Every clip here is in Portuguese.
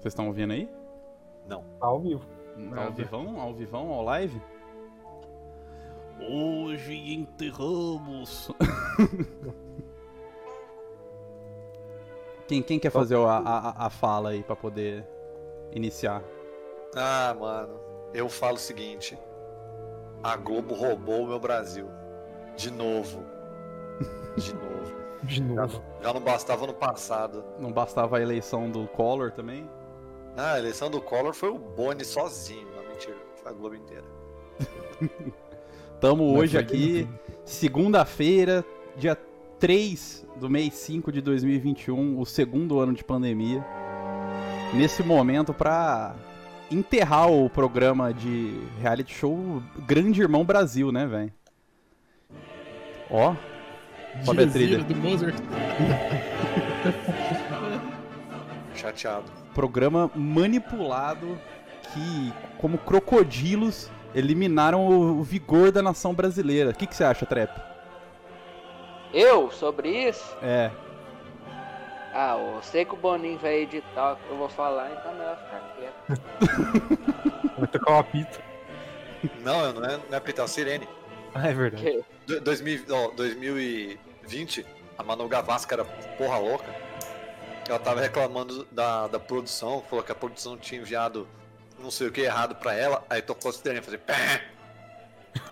Vocês estão ouvindo aí? Não. Tá ao vivo. Tá ao vivão? Ao vivão? Ao live? Hoje enterramos. quem, quem quer fazer a, a, a fala aí pra poder iniciar? Ah, mano. Eu falo o seguinte. A Globo roubou o meu Brasil. De novo. De novo. De Já novo. não- já não bastava no passado. Não bastava a eleição do Collor também? Ah, a eleição do Collor foi o Boni sozinho. Não, mentira. Foi a Globo inteira. Tamo Mas hoje foi aqui, segunda-feira, dia 3 do mês 5 de 2021, o segundo ano de pandemia. Nesse momento pra enterrar o programa de reality show Grande Irmão Brasil, né, velho? Ó, Sobe a trilha. Jezira do Mozart. Chateado. programa manipulado que, como crocodilos, eliminaram o o vigor da nação brasileira. O que que você acha, Trep? Eu, sobre isso? É, Ah, eu sei que o Boninho vai editar o que eu vou falar, então melhor ficar quieto. Vai tocar o apito. Não, eu não é, não é Pitel Sirene. Ah, é verdade. Porque Do- 2000, ó, 2020, a Manu Gavasca era porra louca. Ela tava reclamando da, da produção, falou que a produção tinha enviado não sei o que errado pra ela, aí tocou o sirene, fazer pé.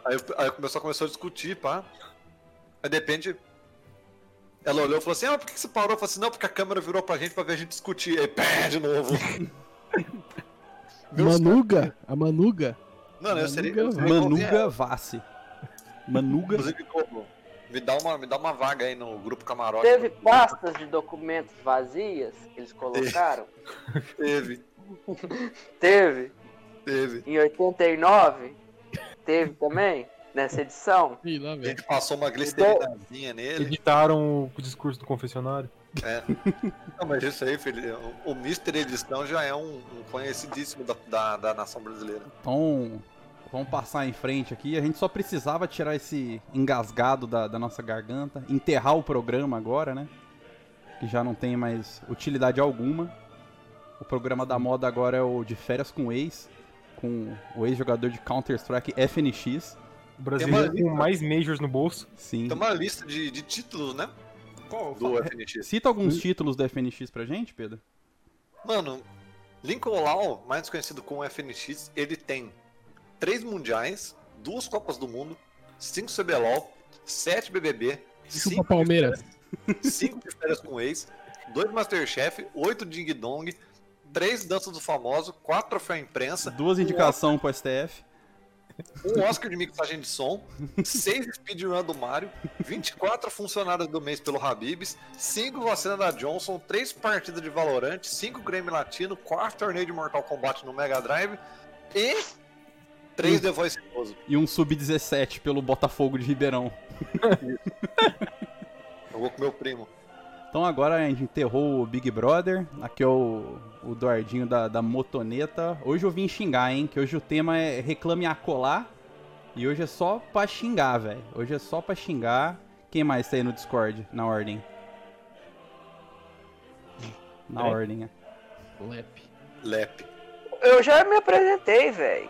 Aí, o- aí o pessoal começou a discutir, pá. Aí de repente, ela olhou e falou assim: Ah, mas por que que você parou? Eu falei assim: Não, porque a câmera virou pra gente pra ver a gente discutir. Aí pé de novo. Meu Manuga, a Manuga. Mano, eu seria. Eu Manuga- seria Manuga Vassi. Manuga Inclusive, Globo, me dá uma, me dá uma vaga aí no grupo camarote. teve pastas de documentos vazias que eles colocaram? Teve, teve teve. em 89? Teve também nessa edição? Ih, lá, A velho. gente passou uma glicerinazinha nele. Editaram o discurso do confessionário. Não, mas isso aí, filho. é um, O Mr. Edição já é um, um conhecidíssimo da, da, da nação brasileira. Então, vamos passar em frente aqui. A gente só precisava tirar esse engasgado da, da nossa garganta, enterrar o programa agora, né? Que já não tem mais utilidade alguma. O programa da moda agora é o de férias com o ex, com o ex-jogador de Counter-Strike FNX. O brasileiro Tem uma com mais majors no bolso. Sim. Tem uma lista de, de títulos, né? Do FNX. Cita alguns títulos do FNX pra gente, Pedro. Mano, Lincoln Law, mais conhecido como FNX, ele tem três mundiais, duas Copas do Mundo, cinco CBLOL, sete BBB, Chupa cinco Palmeiras. 5 de férias com ex, 2 Masterchef, 8 Ding Dong, 3 Danças do Famoso, 4 Troféu Imprensa, Duas indicações pro STF. 1 Oscar de mixagem de som, 6 Speedrun do Mario, 24 funcionários do mês pelo Habibs, 5 vacina da Johnson, 3 partidas de Valorant, 5 Grêmio Latino, 4 torneio de Mortal Kombat no Mega Drive e 3 The Voice Famoso. E um sub-17 pelo Botafogo de Ribeirão. Eu vou com meu primo. Então agora a gente enterrou o Big Brother. Aqui é o, o Duardinho da, da Motoneta. Hoje eu vim xingar, hein? Que hoje o tema é reclame acolá. E hoje é só pra xingar, velho. Hoje é só pra xingar. Quem mais tá aí no Discord, na ordem? Na É. ordem, é. Lep. Lep. Eu já me apresentei, velho.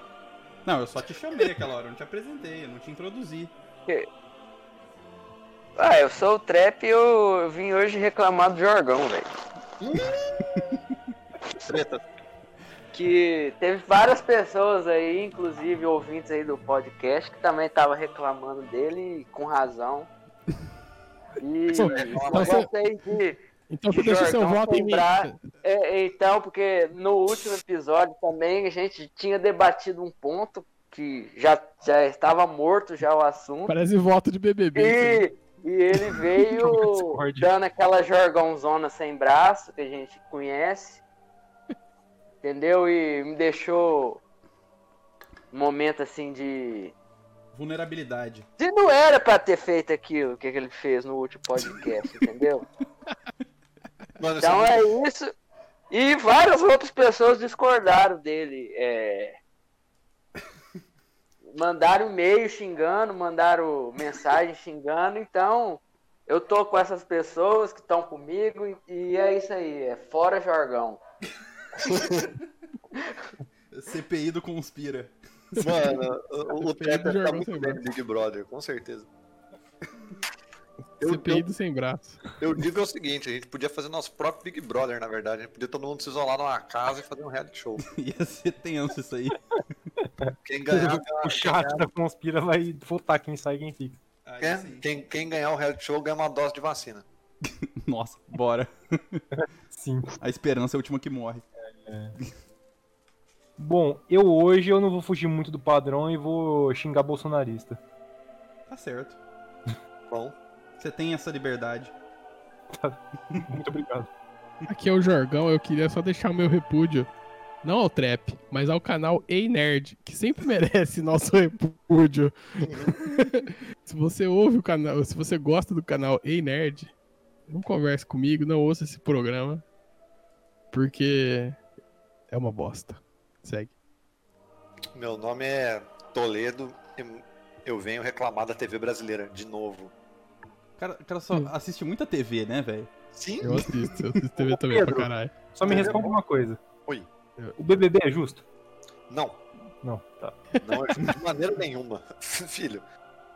Não, eu só te chamei aquela hora, eu não te apresentei, eu não te introduzi. Ah, eu sou o Trap e eu vim hoje reclamar do Jorgão, velho. Treta. que teve várias pessoas aí, inclusive ouvintes aí do podcast, que também tava reclamando dele, e com razão. E Pô, eu você- gostei de. Então você deixa seu Jorgão voto em mim. comprar- é, então, porque no último episódio também a gente tinha debatido um ponto que já, já estava morto já o assunto. Parece voto de BBB. isso aí. E, e ele Jogo veio Discord. dando aquela jorgãozona sem braço que a gente conhece. Entendeu? E me deixou um momento assim de. Vulnerabilidade. De não era pra ter feito aquilo que ele fez no último podcast, entendeu? Mano, Então isso é isso. E várias outras pessoas discordaram dele. é. Mandaram e-mail xingando, mandaram mensagem xingando. Então eu tô com essas pessoas que estão comigo e, e é isso aí. É fora jargão. CPI do Conspira. Mano, o, o Treta tá Jargão muito sem bem braço. no Big Brother, com certeza. Eu, CPI do sem braço. eu, eu digo é o seguinte, a gente podia fazer nosso próprio Big Brother, na verdade. A gente podia todo mundo se isolar numa casa e fazer um reality show. Ia ser tenso isso aí. Quem ganhar, O chat da Conspira vai votar quem sai e quem fica. Aí ganha, sim. quem, quem ganhar o reality show ganha uma dose de vacina. Nossa, bora. Sim. A esperança é a última que morre. Bom, eu hoje eu não vou fugir muito do padrão e vou xingar bolsonarista. Tá certo. Bom, Você tem essa liberdade. Muito obrigado. Aqui é o Jorgão, eu queria só deixar o meu repúdio. Não ao Trap, mas ao canal Ei Nerd, que sempre merece nosso repúdio. se você ouve o canal, se você gosta do canal Ei Nerd, não converse comigo, não ouça esse programa, porque é uma bosta. Segue. meu nome é Toledo e eu venho reclamar da TV brasileira, de novo. O cara, o cara só Hum. assiste muita TV, né, velho? Sim, Eu assisto, eu assisto TV também pra Pedro. caralho. Só me responda uma coisa. Oi. O BBB é justo? não. Não, tá. Não, de maneira nenhuma, filho.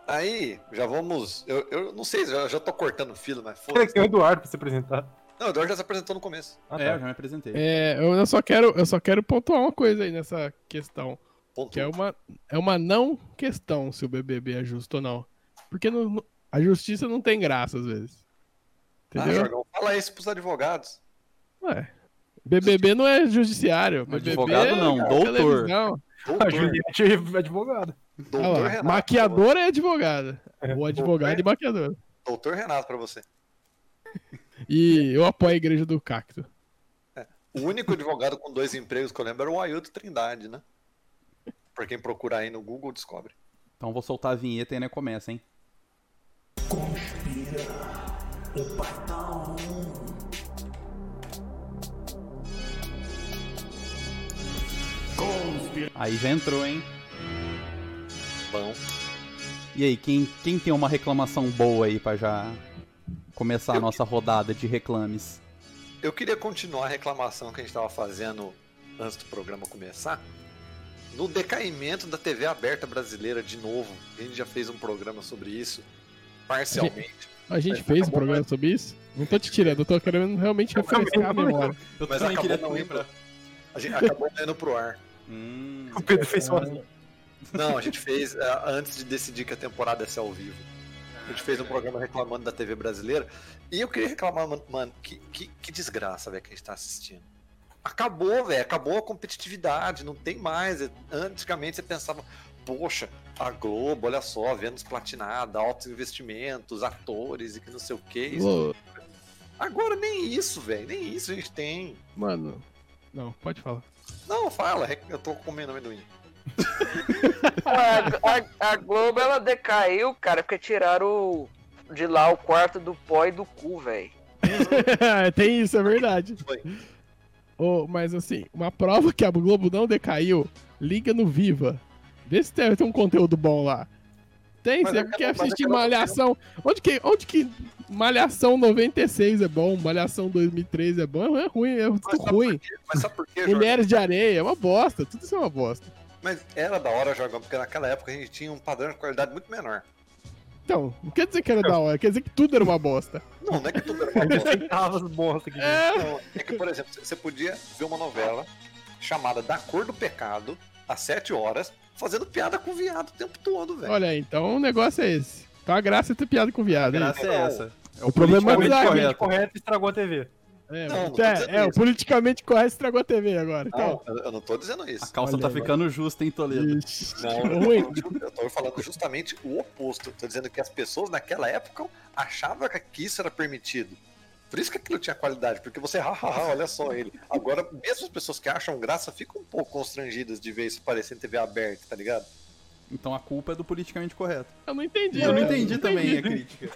Aí, já vamos. Eu, eu não sei, já, já tô cortando o filo, mas Peraí, foda-se. tem o Eduardo pra se apresentar. Não, o Eduardo já se apresentou no começo. Ah, É, eu tá. já me apresentei. É, eu eu só quero, eu só quero pontuar uma coisa aí nessa questão. Ponto. Que é uma, é uma não questão se o BBB é justo ou não. Porque não- não- a justiça não tem graça às vezes. Ah, Entendeu? Jorgão, fala isso pros advogados. Ué. BBB não é judiciário. BBB Advogado é não, doutor. televisão. A Doutor, Juliette é advogada. Ah doutor lá, Renato. maquiador é advogado. É, Ou advogado e maquiador. Doutor Renato pra você. E eu apoio a igreja do cacto. O único advogado com dois empregos que eu lembro era o Ailton Trindade, né? Pra quem procurar aí no Google, descobre. Então vou soltar a vinheta e né, começa, hein? Aí já entrou, hein? Bom. E aí, quem, quem tem uma reclamação boa aí pra já começar a nossa rodada de reclames? Eu queria continuar a reclamação que a gente tava fazendo antes do programa começar. No decaimento da TV aberta brasileira, de novo. A gente já fez um programa sobre isso, parcialmente. A gente É, fez um acabou, programa sobre isso? Não tô te tirando, eu tô querendo realmente Tá refrescar a memória. Eu Mas também acabou queria não lembrar. A gente acabou indo pro ar. Hum, O Pedro fez sozinho. Não, a gente fez eh, antes de decidir que a temporada ia ser ao vivo. A gente fez um programa reclamando da TV brasileira. E eu queria reclamar, mano, mano, que, que, que desgraça, velho, que a gente tá assistindo. Acabou, velho, acabou a competitividade, não tem mais. É, Antigamente você pensava, poxa, a Globo, olha só, Vênus platinada, altos investimentos, atores e que não sei o que. Ô, Agora nem isso, velho, nem isso a gente tem. Mano. Não, pode falar. Não, fala, rec- eu tô comendo amendoim. A, a- a Globo ela decaiu, cara, porque tiraram o- de lá o quarto do pó e do cu, velho. Tem isso, é verdade. Foi. Ô, mas assim, uma prova que a Globo não decaiu, liga no Viva. Vê se tem, tem um conteúdo bom lá. Tem, Mas você eu quero- quer mas eu assistir quero- Malhação. Onde que, onde que Malhação 96 é bom, Malhação 2003 é bom, é ruim, é Mas tudo sabe ruim. por quê? Mas sabe por quê, Jorge? Mulheres de Areia é uma bosta, tudo isso é uma bosta. Mas era da hora jogar, porque naquela época a gente tinha um padrão de qualidade muito menor. Então, não quer dizer que era da hora, quer dizer que tudo era uma bosta. Não, não é que tudo era uma A gente bosta. aceitava as bosta aqui. É, Não, é que, por exemplo, você podia ver uma novela chamada Da Cor do Pecado, às 7 horas, fazendo piada com viado o tempo todo, velho. olha, aí, então o negócio é esse. Então a graça é ter piada com a viado, hein? graça é essa. É O problema é politicamente usar, Correto. correto. correto estragou a TV. É, Não, mas- não tô é, dizendo é, o isso. politicamente correto estragou a TV agora. Então, Não, eu- eu não tô dizendo A isso. calça Olha tá aí. ficando justa, hein, Toledo? Ixi, Não, ficou eu ruim. tô, eu tô falando justamente o oposto. Eu tô dizendo que as pessoas naquela época achavam que isso era permitido. Por isso que aquilo tinha qualidade, porque você, hahaha, olha só ele. Agora, mesmo as pessoas que acham graça ficam um pouco constrangidas de ver isso aparecer em TV aberta, tá ligado? Então a culpa é do politicamente correto. Eu não entendi. Eu não né? entendi é também a crítica.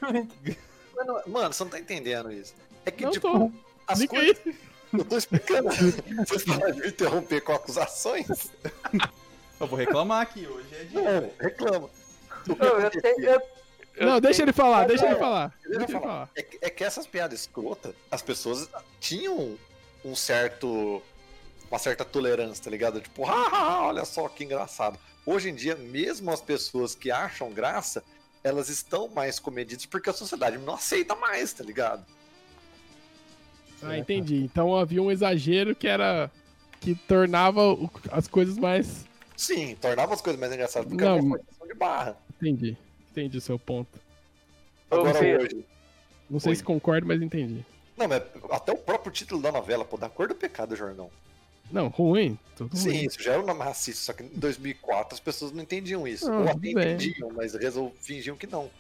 Mas não- mano, você não tá entendendo isso. É que, Não tipo, tô. as Explica coisas. Eu tô explicando. Vocês param de me interromper com acusações? Eu vou reclamar aqui hoje. É dia. Não, reclama. O que Eu, eu acontecia? tenho- eu- eu Não, deixa tenho- ele falar, É, Mas, deixa ele ó, falar. deixa eu Deixa ele falar. É que, é que essas piadas escrotas, as pessoas tinham um certo uma certa tolerância, tá ligado? Tipo, haha, olha só que engraçado. Hoje em dia, mesmo as pessoas que acham graça, elas estão mais comedidas porque a sociedade não aceita mais, tá ligado? Ah, entendi. Então havia um exagero que era. que tornava o- as coisas mais. Sim, tornava as coisas mais engraçadas porque Não. era uma forçação de barra. Entendi. Entendi o seu ponto. Ô, Agora Pedro. hoje. Não sei Oi. se concordo, mas entendi. Não, mas até o próprio título da novela, pô, da cor do pecado, Jornal. Não, ruim? Tudo Sim, ruim. isso já era um nome racista, só que em 2004 as pessoas não entendiam isso. Ah, Ou tudo até bem. entendiam, mas resol... fingiam que não.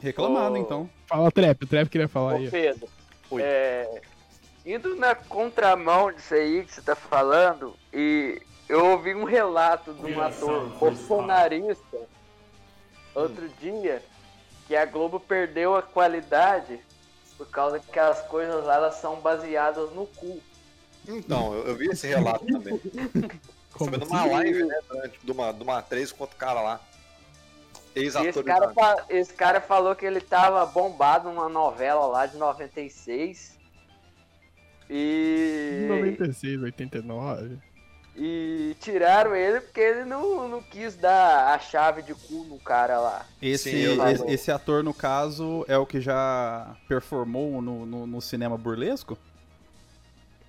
Reclamado, Ô. então. Fala Trap, o Trap queria falar aí. Ô, Pedro, Oi. é, indo na contramão disso aí que você tá falando, e eu ouvi um relato de um ator bolsonarista outro dia que a Globo perdeu a qualidade por causa que as coisas lá elas são baseadas no cu. Então, eu, eu vi esse relato também. Como Foi assim? numa live, né, durante, de uma, de uma atriz com outro cara lá. E esse Ex-ator cara, de- fa- esse cara falou que ele tava bombado numa novela lá de 96. E. 96, 89. E tiraram ele porque ele não, não quis dar a chave de cu no cara lá. Esse, Sim, eu- esse, esse ator, no caso, é o que já performou no, no, no cinema burlesco?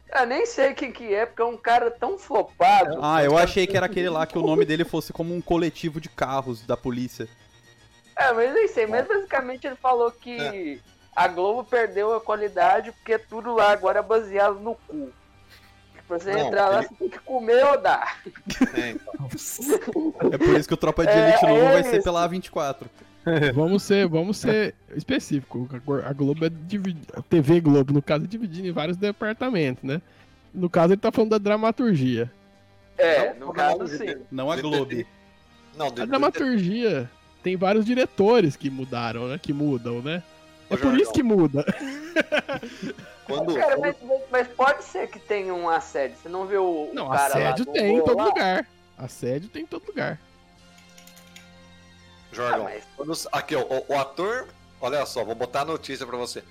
Eu Ah, nem sei quem que é, porque é um cara tão flopado. Ah, eu achei que era aquele lá que o nome dele fosse como um coletivo de carros da polícia. É, mas nem sei, mas basicamente ele falou que a Globo perdeu a qualidade porque tudo lá agora é baseado no cu. Pra você Não, entrar lá, ele- você tem que comer ou dar. É, então. É por isso que o Tropa de É, Elite novo é vai ser isso. pela A24. Vamos ser, vamos ser específico. A Glo- A Globo é dividida. A TV Globo, no caso, é dividida em vários departamentos, né? No caso, ele tá falando da dramaturgia. É, Não, no não, caso não, sim. Não a Globo. Não, A do- do- dramaturgia tem vários diretores que mudaram, né? Que mudam, né? É Ô, por isso Jorgão. que muda. quando, Cara, quando- mas, mas- mas pode ser que tenha um assédio. Você não viu o Não, cara lá assédio no tem em gol todo lá? lugar. Assédio tem em todo lugar. Jorgão, Ah, mas- quando os- aqui, ó, o, o ator. Olha só, vou botar a notícia pra você.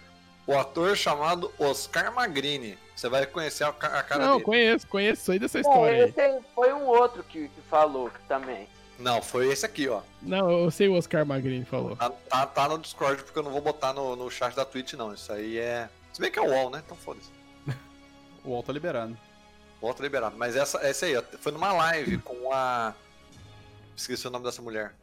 O ator chamado Oscar Magrini. Você vai conhecer a, ca- a cara Não, dele. conheço, conheço, sei dessa Não, história aí. esse aí foi um outro que, que falou também. Não, foi esse aqui, ó. Não, eu sei o Oscar Magrini falou. Tá, tá, tá no Discord porque eu não vou botar no, no chat da Twitch, não. Isso aí é. Se bem que é o UOL, né? Então foda-se. O UOL tá liberando. Volta liberado. Mas essa, essa aí, ó, foi numa live com a. Esqueci o nome dessa mulher.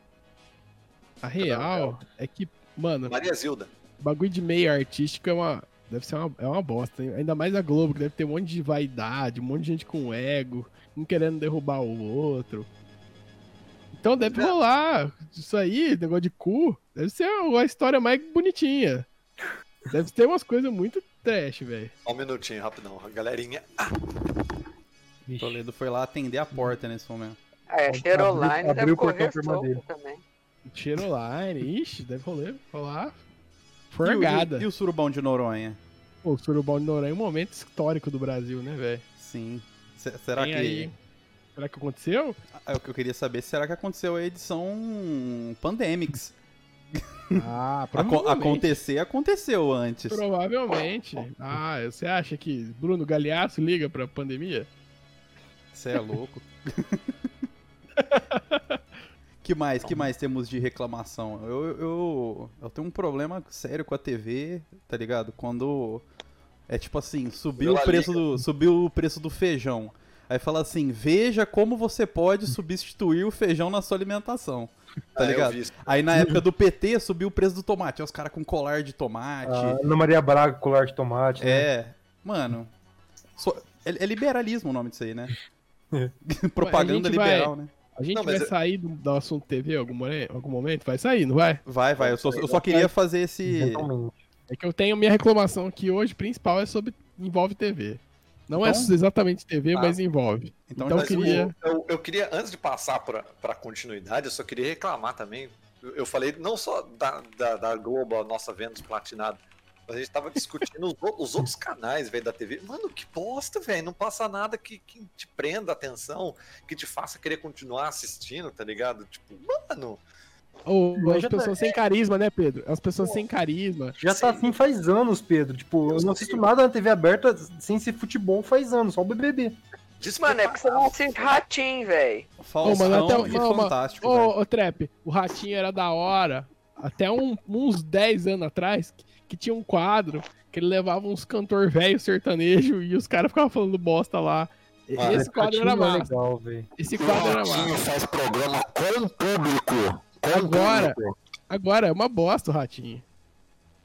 A real é que, mano, Maria Zilda. bagulho de meio artístico é uma. Deve ser uma, é uma bosta, hein? Ainda mais a Globo, que deve ter um monte de vaidade, um monte de gente com ego, um querendo derrubar o outro. Então deve rolar. Isso aí, negócio de cu, deve ser a história mais bonitinha. Deve ter umas coisas muito trash, velho. Só um minutinho, rapidão. Galerinha. O Toledo foi lá atender a porta nesse momento. Ah, é, Abriu- Cheroline deve abriu o portão correr pra irmã solto dele. também. Cheiroline, ixi, deve rolar. rolar. E o- Forgada. E, o Surubão de Noronha? Pô, o Surubão de Noronha é um momento histórico do Brasil, né, velho? Sim. Se- será Tem que. aí- Será que aconteceu? Ah, O que eu queria saber, será que aconteceu a edição Pandemics? Ah, Aco- acontecer, aconteceu antes. Provavelmente. Ah, você acha que Bruno Galhaço liga pra pandemia? Você é louco. que mais? Que mais temos de reclamação? Eu, eu, eu tenho um problema sério com a TV, tá ligado? Quando é tipo assim, subiu o Pela preço do subiu o preço do feijão. Aí fala assim: "Veja como você pode substituir o feijão na sua alimentação". Tá Ah, eu ligado? vi isso. Aí na época do PT subiu o preço do tomate, Aí os caras com colar de tomate. A Ah, Ana Maria Braga, colar de tomate. né? É, mano. só- é, é liberalismo o nome disso aí, né? É. Propaganda Ué, a gente vai- liberal, né? A gente Não, vai mas eu- sair do, do assunto TV em algum, more- algum momento? Vai sair, não vai? Vai, vai. Eu só, eu só queria fazer esse. Totalmente. É que eu tenho minha reclamação aqui hoje, principal, é sobre. envolve TV. Não Então- é exatamente TV, Ah. mas envolve. Então, Então, já- Mas eu- queria- eu, eu queria, antes de passar pra, pra continuidade, eu só queria reclamar também. Eu eu falei não só da, da, da Globo, a nossa Vênus platinada, mas a gente tava discutindo os, ou- os outros canais, velho, da TV. Mano, que bosta, velho. Não passa nada que, que te prenda a atenção, que te faça querer continuar assistindo, tá ligado? Tipo, mano. Ô, Mas as já tá- pessoas sem carisma, né, Pedro? As pessoas sem carisma. Já tá assim faz anos, Pedro. Tipo, eu não assisto nada na TV aberta sem ser futebol faz anos, só o BBB. Mano, é porque você não assiste ratinho, velho. Faustão Ô, mano, até o- e ô, mano, Fantástico, velho. Ô, ô, Trap, o Ratinho era da hora. Até um- uns 10 anos atrás, que, que tinha um quadro que ele levava uns cantor velho sertanejo e os caras ficavam falando bosta lá. E- Ah, Esse quadro Ratinho era é massa. legal, velho. Esse quadro era massa. Ratinho faz programa com o público. Com Agora. o público. Agora é uma bosta o Ratinho.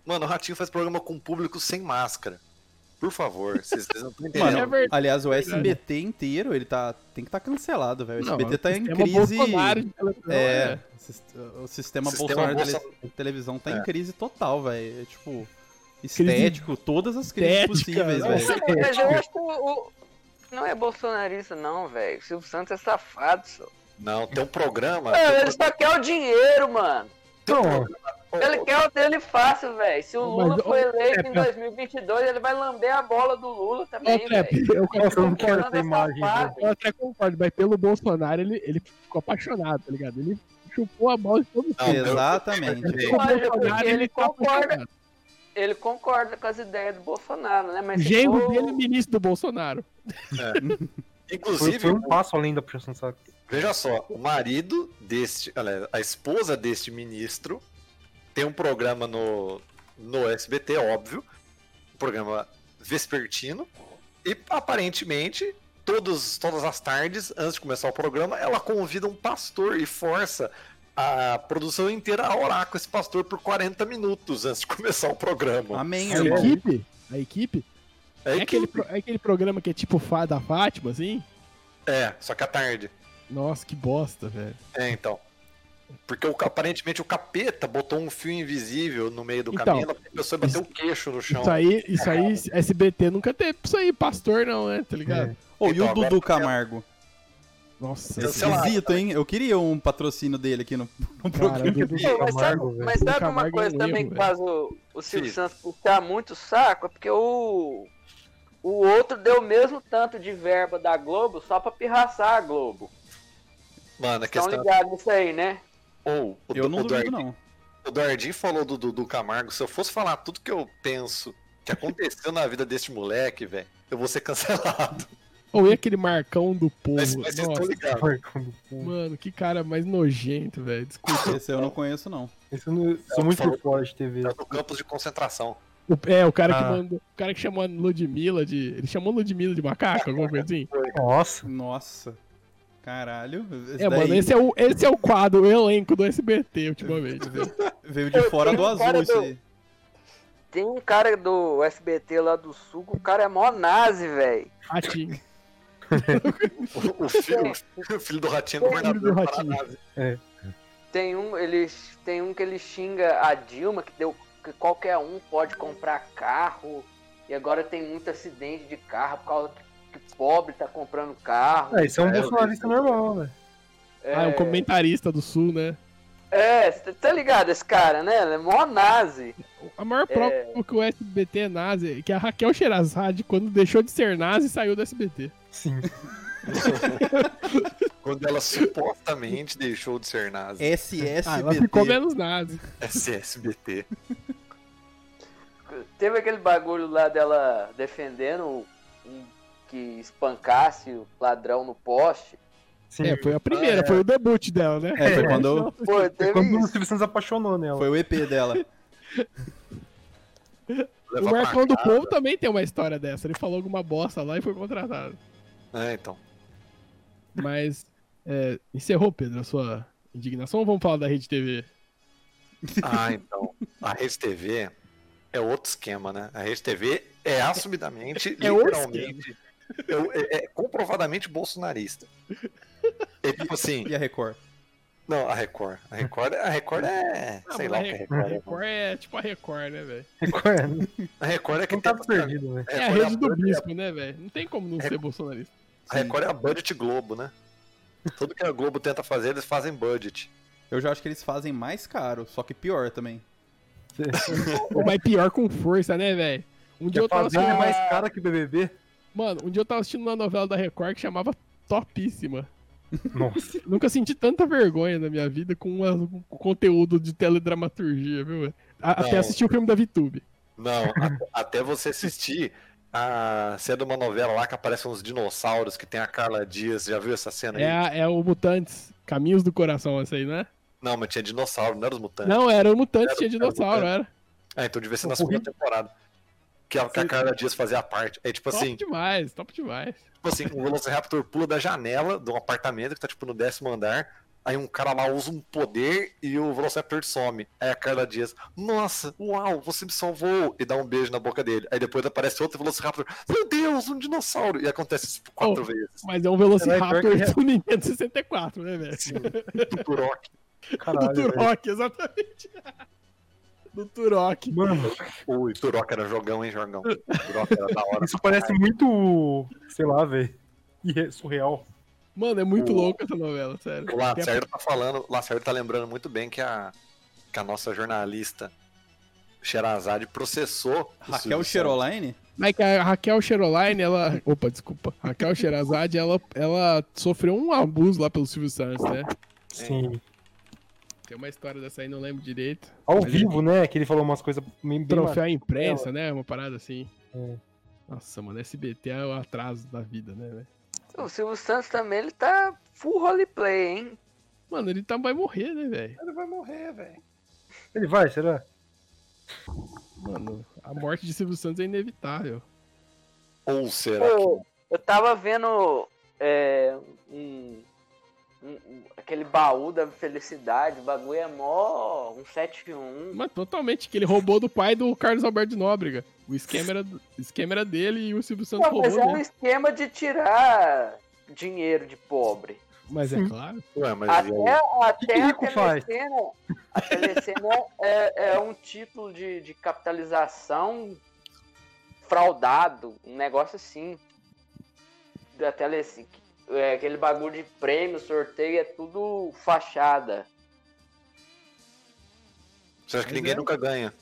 Mano, o Ratinho faz programa com o público sem máscara. Por favor, vocês vocês não estão Mano, é entendendo. verdade. aliás, o SBT inteiro, ele tá. Tem que estar cancelado, velho. O Não, é SBT tá em sistema crise. Bolsonaro de televisão, É, né? sis- o sistema, Sistema Bolsonaro de Bolsa- tele- televisão tá em É. crise total, velho. É tipo, estético, todas as crises estética, possíveis, nossa. velho. É, Mas eu acho que o. o- Não é bolsonarista, não, velho. O Silvio Santos é safado, só. Não, tem um programa. Mano, tem ele um- só quer o dinheiro, mano. Então, Ele quer o dele fácil, velho. Se o Mas, Lula ô, foi é, eleito em Pepe. 2022, ele vai lamber a bola do Lula Ô, também, Trap, velho. eu, nossa, É, eu não quero Manda essa imagem. safado. velho. eu até concordo, mas pelo Bolsonaro ele, ele ficou apaixonado, tá ligado? Ele chupou a bola de todo mundo. Não, eu- Exatamente. Pelo Olha, porque ele tá concorda. apaixonado. Ele concorda com as ideias do Bolsonaro, né? O Mas se genro for- dele é ministro do Bolsonaro. Foi, Inclusive, foi um passo além da puxação de saco. Veja só, o marido deste, aliás, a esposa deste ministro tem um programa no, no SBT, é óbvio, um programa vespertino, e aparentemente, todos, todas as tardes, antes de começar o programa, ela convida um pastor e força a produção inteira a orar com esse pastor por 40 minutos antes de começar o programa. Amém, A irmão. equipe, a equipe, É, é aquele, equipe. pro- é aquele programa que é tipo Fá da Fátima, assim? é, só que à tarde. Nossa, que bosta, velho. É, então. Porque o ca- aparentemente o capeta botou um fio invisível no meio do Então, caminho, a pessoa bateu o queixo no chão. Isso aí, isso aí, SBT nunca teve isso aí, pastor não, né? Tá ligado? Ô, e Então, o agora- é Dudu Camargo? Nossa, Cancelado. Esquisito, hein? Eu queria um patrocínio dele aqui no, no programa. Dudu Pô, mas sabe, Camargo, velho. mas sabe Camargo é uma um coisa também erro, que velho. faz o, o Silvio Sim. Santos puxar muito o saco? É porque o, o outro deu o mesmo tanto de verba da Globo só pra pirraçar a Globo. Mano, a Estão questão é, ligados nisso aí, né? ou o, Eu do- não o, duvido, Dardim, não. o Dardim falou do Dudu Camargo. Se eu fosse falar tudo que eu penso que aconteceu na vida deste moleque, velho, eu vou ser cancelado. Ou e é aquele Marcão do povo? Mas, mas vocês estão Nossa, ligados. Marcão do cu. mano, que cara mais nojento, velho. Desculpa. Esse eu não conheço, não. Esse eu não- sou muito falou- por fora de TV. É do campus de concentração. O- é, o cara que Ah. mandou. O cara que chamou a Ludmilla de. Ele chamou a Ludmilla de macaco, alguma coisa assim? Nossa. Nossa. Caralho. Esse É, daí mano, esse é, o, esse é o quadro, o elenco do SBT ultimamente. veio de fora do Tem um cara azul, isso do- aí. Tem um cara do SBT lá do Sul, o cara é mó nazi, velho. Ratinho. O, o filho, o filho do Ratinho é governador do do Ratinho. Paraná. Tem um, ele, tem um que ele xinga a Dilma, que deu que qualquer um pode comprar carro. E agora tem muito acidente de carro por causa que, que pobre tá comprando carro. Ah, esse é um É, bolsonarista eu- normal, né? velho. Ah, é um comentarista do sul, né? É, cê tá ligado esse cara, né? Ele é mó nazi. A maior prova que o SBT é nazi é que a Raquel Sherazade, quando deixou de ser nazi, saiu do SBT. Sim. Quando ela supostamente deixou de ser nazi. SSBT. Ah, ela ficou menos nazi. SSBT. Teve aquele bagulho lá dela defendendo um que espancasse o ladrão no poste. Sim. É, foi a primeira, foi o debut dela, né? É, foi quando. Pô, Foi teve quando o isso. Silvio Santos apaixonou nela. Foi o EP dela. O Leva pra Marcão do cá. Povo também tem uma história dessa. Ele falou alguma bosta lá e foi contratado. É, então. Mas é, encerrou, Pedro, a sua indignação ou vamos falar da Rede TV? Ah, então. A Rede TV é outro esquema, né? A Rede TV é assumidamente, É outro literalmente, é, é- é comprovadamente bolsonarista. É tipo assim, E a Record? não, a Record. A Record, a Record é. sei lá o que é a Record. é. Record é tipo a Record, né, velho? Record. A Record é Não quem tá tem- perdido, velho. É a Record rede do Band- bispo, né, velho? Não tem como não É- ser bolsonarista. A Record é a Budget Globo, né? Tudo que a Globo tenta fazer, eles fazem budget. Eu já acho que eles fazem mais caro, só que pior também. Ou mais pior com força, né, velho? Um dia Quer eu tava fazer assistindo mais cara que BBB? Mano, um dia eu tava assistindo uma novela da Record que chamava Topíssima. Nossa. Nunca senti tanta vergonha na minha vida com uma- um conteúdo de teledramaturgia, viu? velho? A- Não. Até assistir o filme da VTube. Não, a- até você assistir a cena de uma novela lá que aparecem uns dinossauros que tem a Carla Dias. Já viu essa cena aí? É, a- é o Mutantes, Caminhos do Coração, essa aí, né? Não, mas tinha dinossauro, não era os mutantes. Não, era o Mutantes, É. Era- tinha era o dinossauro, Mutantes. era. Ah, então devia ser na segunda temporada. Que a, que a Carla Dias fazia parte. É tipo assim, Top demais, top demais. tipo assim, o Velociraptor pula da janela de um apartamento que tá tipo no décimo andar. Aí um cara lá usa um poder e o Velociraptor some. Aí a Carla Dias, nossa, uau, você me salvou! E dá um beijo na boca dele. Aí depois aparece outro Velociraptor, meu Deus, um dinossauro! E acontece isso tipo, quatro Oh. vezes. Mas é um Velociraptor Caralho, pior que- do Nintendo 64, né, velho? Sim. Turok. Do Caralho. velho. Turok, exatamente. Do Turok. Mano, Ui, Turok era jogão, hein, jogão? Turok era da hora. isso parece muito. sei lá, velho. irre- Surreal. Mano, é muito O- louca essa novela, sério. O Lacerda tá falando, o Lacerda tá lembrando muito bem que a, que a nossa jornalista Xerazade processou. o Raquel Silvio Santos. é Cheroline? Mas que a Raquel Cheroline, ela. Opa, desculpa. Raquel Sherazade, ela, ela sofreu um abuso lá pelo Silvio Santos, né? Sim. Tem uma história dessa aí, não lembro direito. Ao Mas vivo, né? Que ele falou umas coisas meio. bem Troféu à imprensa, né? Uma parada assim. É. Nossa, mano, SBT é o atraso da vida, né, velho? O Silvio Santos também, ele tá full roleplay, hein? Mano, ele tá, vai morrer, né, velho? Ele vai morrer, velho. Ele vai, será? Mano, a morte de Silvio Santos é inevitável. Ou será que Pô, eu tava vendo é, um, um- um- aquele baú da felicidade, o bagulho é mó um 7-1. Mas totalmente, que ele roubou do pai do Carlos Alberto de Nóbrega. O esquema era, o esquema era dele e o Silvio Santos Não, mas é roubou, um né? esquema de tirar dinheiro de pobre. Mas é claro. Ué, mas e aí? Até, que até que a rico faz? telecena, a telecena é, é um título de, de capitalização fraudado, um negócio assim. Da telecena, é, aquele bagulho de prêmio, sorteio, é tudo fachada. Você acha que ninguém Mas é. nunca ganha?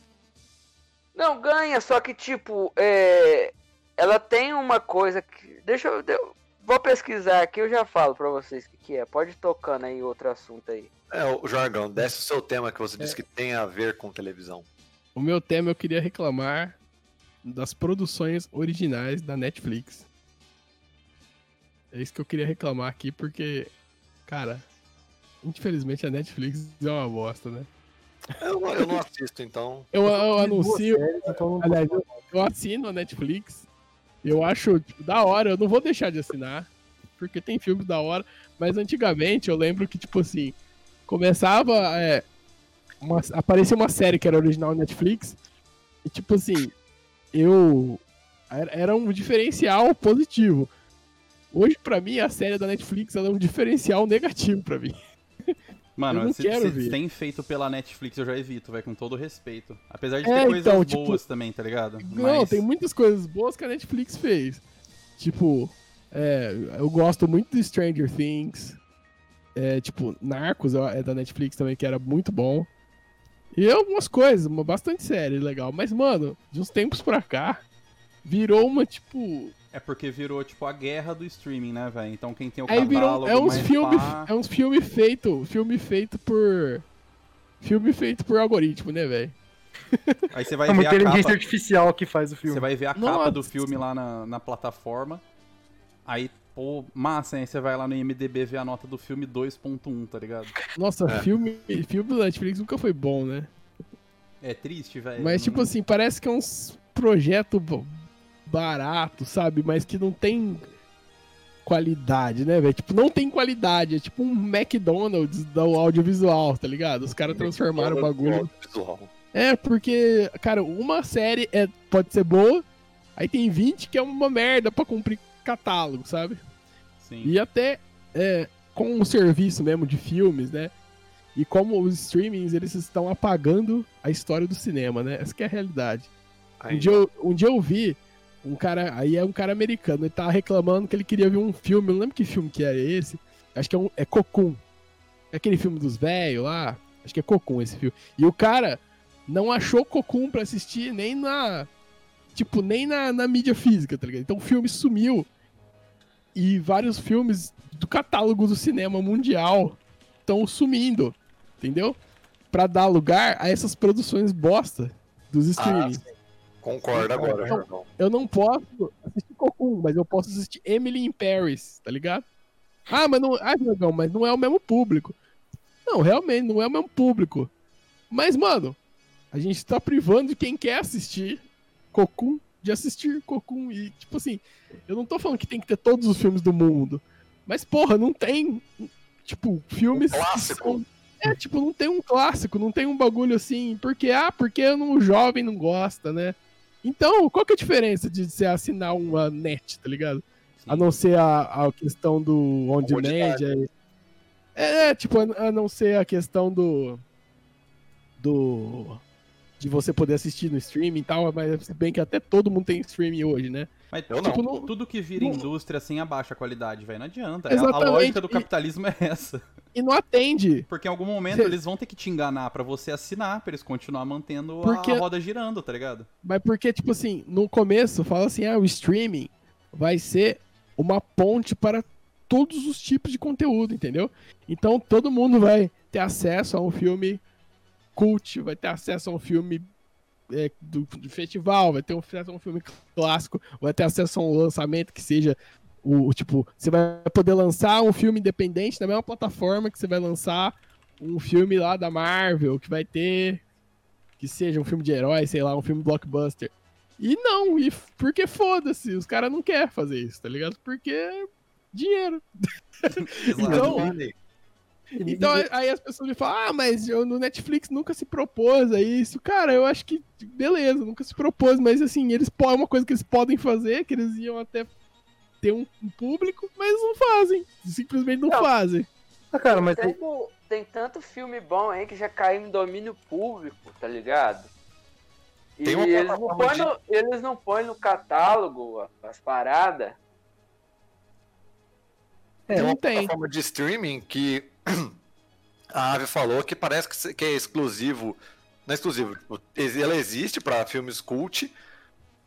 Não, ganha, só que tipo, é, ela tem uma coisa que. Deixa eu. eu vou pesquisar aqui, eu já falo pra vocês o que, que é. Pode ir tocando aí outro assunto aí. É, o Jorgão, desce o seu tema que você É. disse que tem a ver com televisão. O meu tema eu queria reclamar das produções originais da Netflix. É isso que eu queria reclamar aqui, porque, cara, infelizmente a Netflix é uma bosta, né? Eu, não- eu não assisto, então. Eu, eu Duas anuncio, séries, então não- aliás, eu- eu assino a Netflix. Eu acho tipo, da hora, eu não vou deixar de assinar, porque tem filmes da hora. Mas antigamente eu lembro que, tipo assim, começava. É, uma- aparecia uma série que era original Netflix. E tipo assim, eu. Era, era um diferencial positivo. Hoje, pra mim, a série da Netflix ela é um diferencial negativo pra mim. Eu Mano, não se, quero se ver. tem feito pela Netflix, eu já evito, vai com todo respeito. Apesar de É, ter coisas então, tipo- boas também, tá ligado? Não, tem muitas coisas boas que a Netflix fez. Tipo, é, eu gosto muito de Stranger Things. É, tipo, Narcos ó, é da Netflix também, que era muito bom. E algumas coisas, uma bastante série legal. Mas, mano, de uns tempos pra cá, virou uma, tipo. É porque virou, tipo, a guerra do streaming, né, velho? Então quem tem o aí catálogo virou. É uns mais filmes. pá- É uns filme feito. Filme feito por. Filme feito por algoritmo, né, velho? Aí você É vai uma ver a inteligência capa... artificial que faz o Você filme. vai ver a Nossa. capa do filme lá na, na plataforma. Aí, pô, massa, hein? Você vai lá no IMDB ver a nota do filme 2.1, tá ligado? Nossa, É. filme, filme da Netflix nunca foi bom, né? É triste, velho. Mas, tipo assim, parece que é uns projeto b- barato, sabe? Mas que não tem qualidade, né, velho? Tipo, não tem qualidade. É tipo um McDonald's do audiovisual, tá ligado? Os caras transformaram o bagulho. Visual. É, porque, cara, uma série é, pode ser boa, aí tem 20 que é uma merda pra cumprir catálogo, sabe? Sim. E até é, com o serviço mesmo de filmes, né? E como os streamings, eles estão apagando a história do cinema, né? Essa que é a realidade. Um Aí, dia, eu, um dia eu vi um cara, aí é um cara americano, ele tava reclamando que ele queria ver um filme, eu não lembro que filme que era esse, acho que é, um, é Cocum. É aquele filme dos velhos lá, acho que é Cocum esse filme. E o cara não achou Cocum pra assistir nem na, tipo, nem na, na mídia física, tá ligado? Então o filme sumiu e vários filmes do catálogo do cinema mundial estão sumindo, entendeu? Pra dar lugar a essas produções bosta dos streaming. Ah, sim. Concordo agora, Então- Jorgão. Eu não posso assistir Cocum, mas eu posso assistir Emily in Paris, tá ligado? Ah, mas não. Ah, Dragão, mas não é o mesmo público. Não, realmente, não é o mesmo público. Mas, mano, a gente tá privando de quem quer assistir Cocum de assistir Cocum. E, tipo assim, eu não tô falando que tem que ter todos os filmes do mundo. Mas, porra, não tem. Tipo, filmes. Um clássico. que são- É, tipo, não tem um clássico, não tem um bagulho assim. Porque, ah, porque eu não- o jovem não gosta, né? Então, qual que é a diferença de você assinar uma net, tá ligado? A não ser a, a questão do on-demand. Comodidade. aí. É, é, tipo, a, a não ser a questão do. Do. De você poder assistir no streaming e tal, mas se bem que até todo mundo tem streaming hoje, né? Mas Eu tipo, não. tudo que vira Não. indústria assim abaixa a qualidade, velho. Não adianta. É A- A Exatamente. lógica do E- capitalismo é essa. E não atende. Porque em algum momento Cê- eles vão ter que te enganar pra você assinar, pra eles continuar mantendo a- Porque- a roda girando, tá ligado? Mas porque, tipo assim, no começo fala assim, ah, o streaming vai ser uma ponte para todos os tipos de conteúdo, entendeu? Então todo mundo vai ter acesso a um filme cult, vai ter acesso a um filme é, do, do festival, vai ter acesso a um filme clássico, vai ter acesso a um lançamento que seja o, o tipo, você vai poder lançar um filme independente na mesma plataforma que você vai lançar um filme lá da Marvel, que vai ter que seja um filme de herói, sei lá, um filme blockbuster. E não, e f- porque foda-se, os caras não querem fazer isso, tá ligado? Porque é dinheiro. Então- Money. Então e- aí as pessoas me falam, ah, mas eu- no Netflix nunca se propôs a isso. Cara, eu acho que, beleza, nunca se propôs, mas assim, eles po- é uma coisa que eles podem fazer, que eles iam até ter um, um público, mas não fazem. Simplesmente não, Não. fazem. Ah, cara, mas Tem, tem tanto filme bom aí que já caiu em domínio público, tá ligado? E Tem uma eles, não plataforma põem no, eles não põem no catálogo ó, as paradas. É, não uma tem. plataforma de streaming que a Ave falou que parece que se- que é exclusivo. Não é exclusivo, tipo, ex- ela existe para filmes cult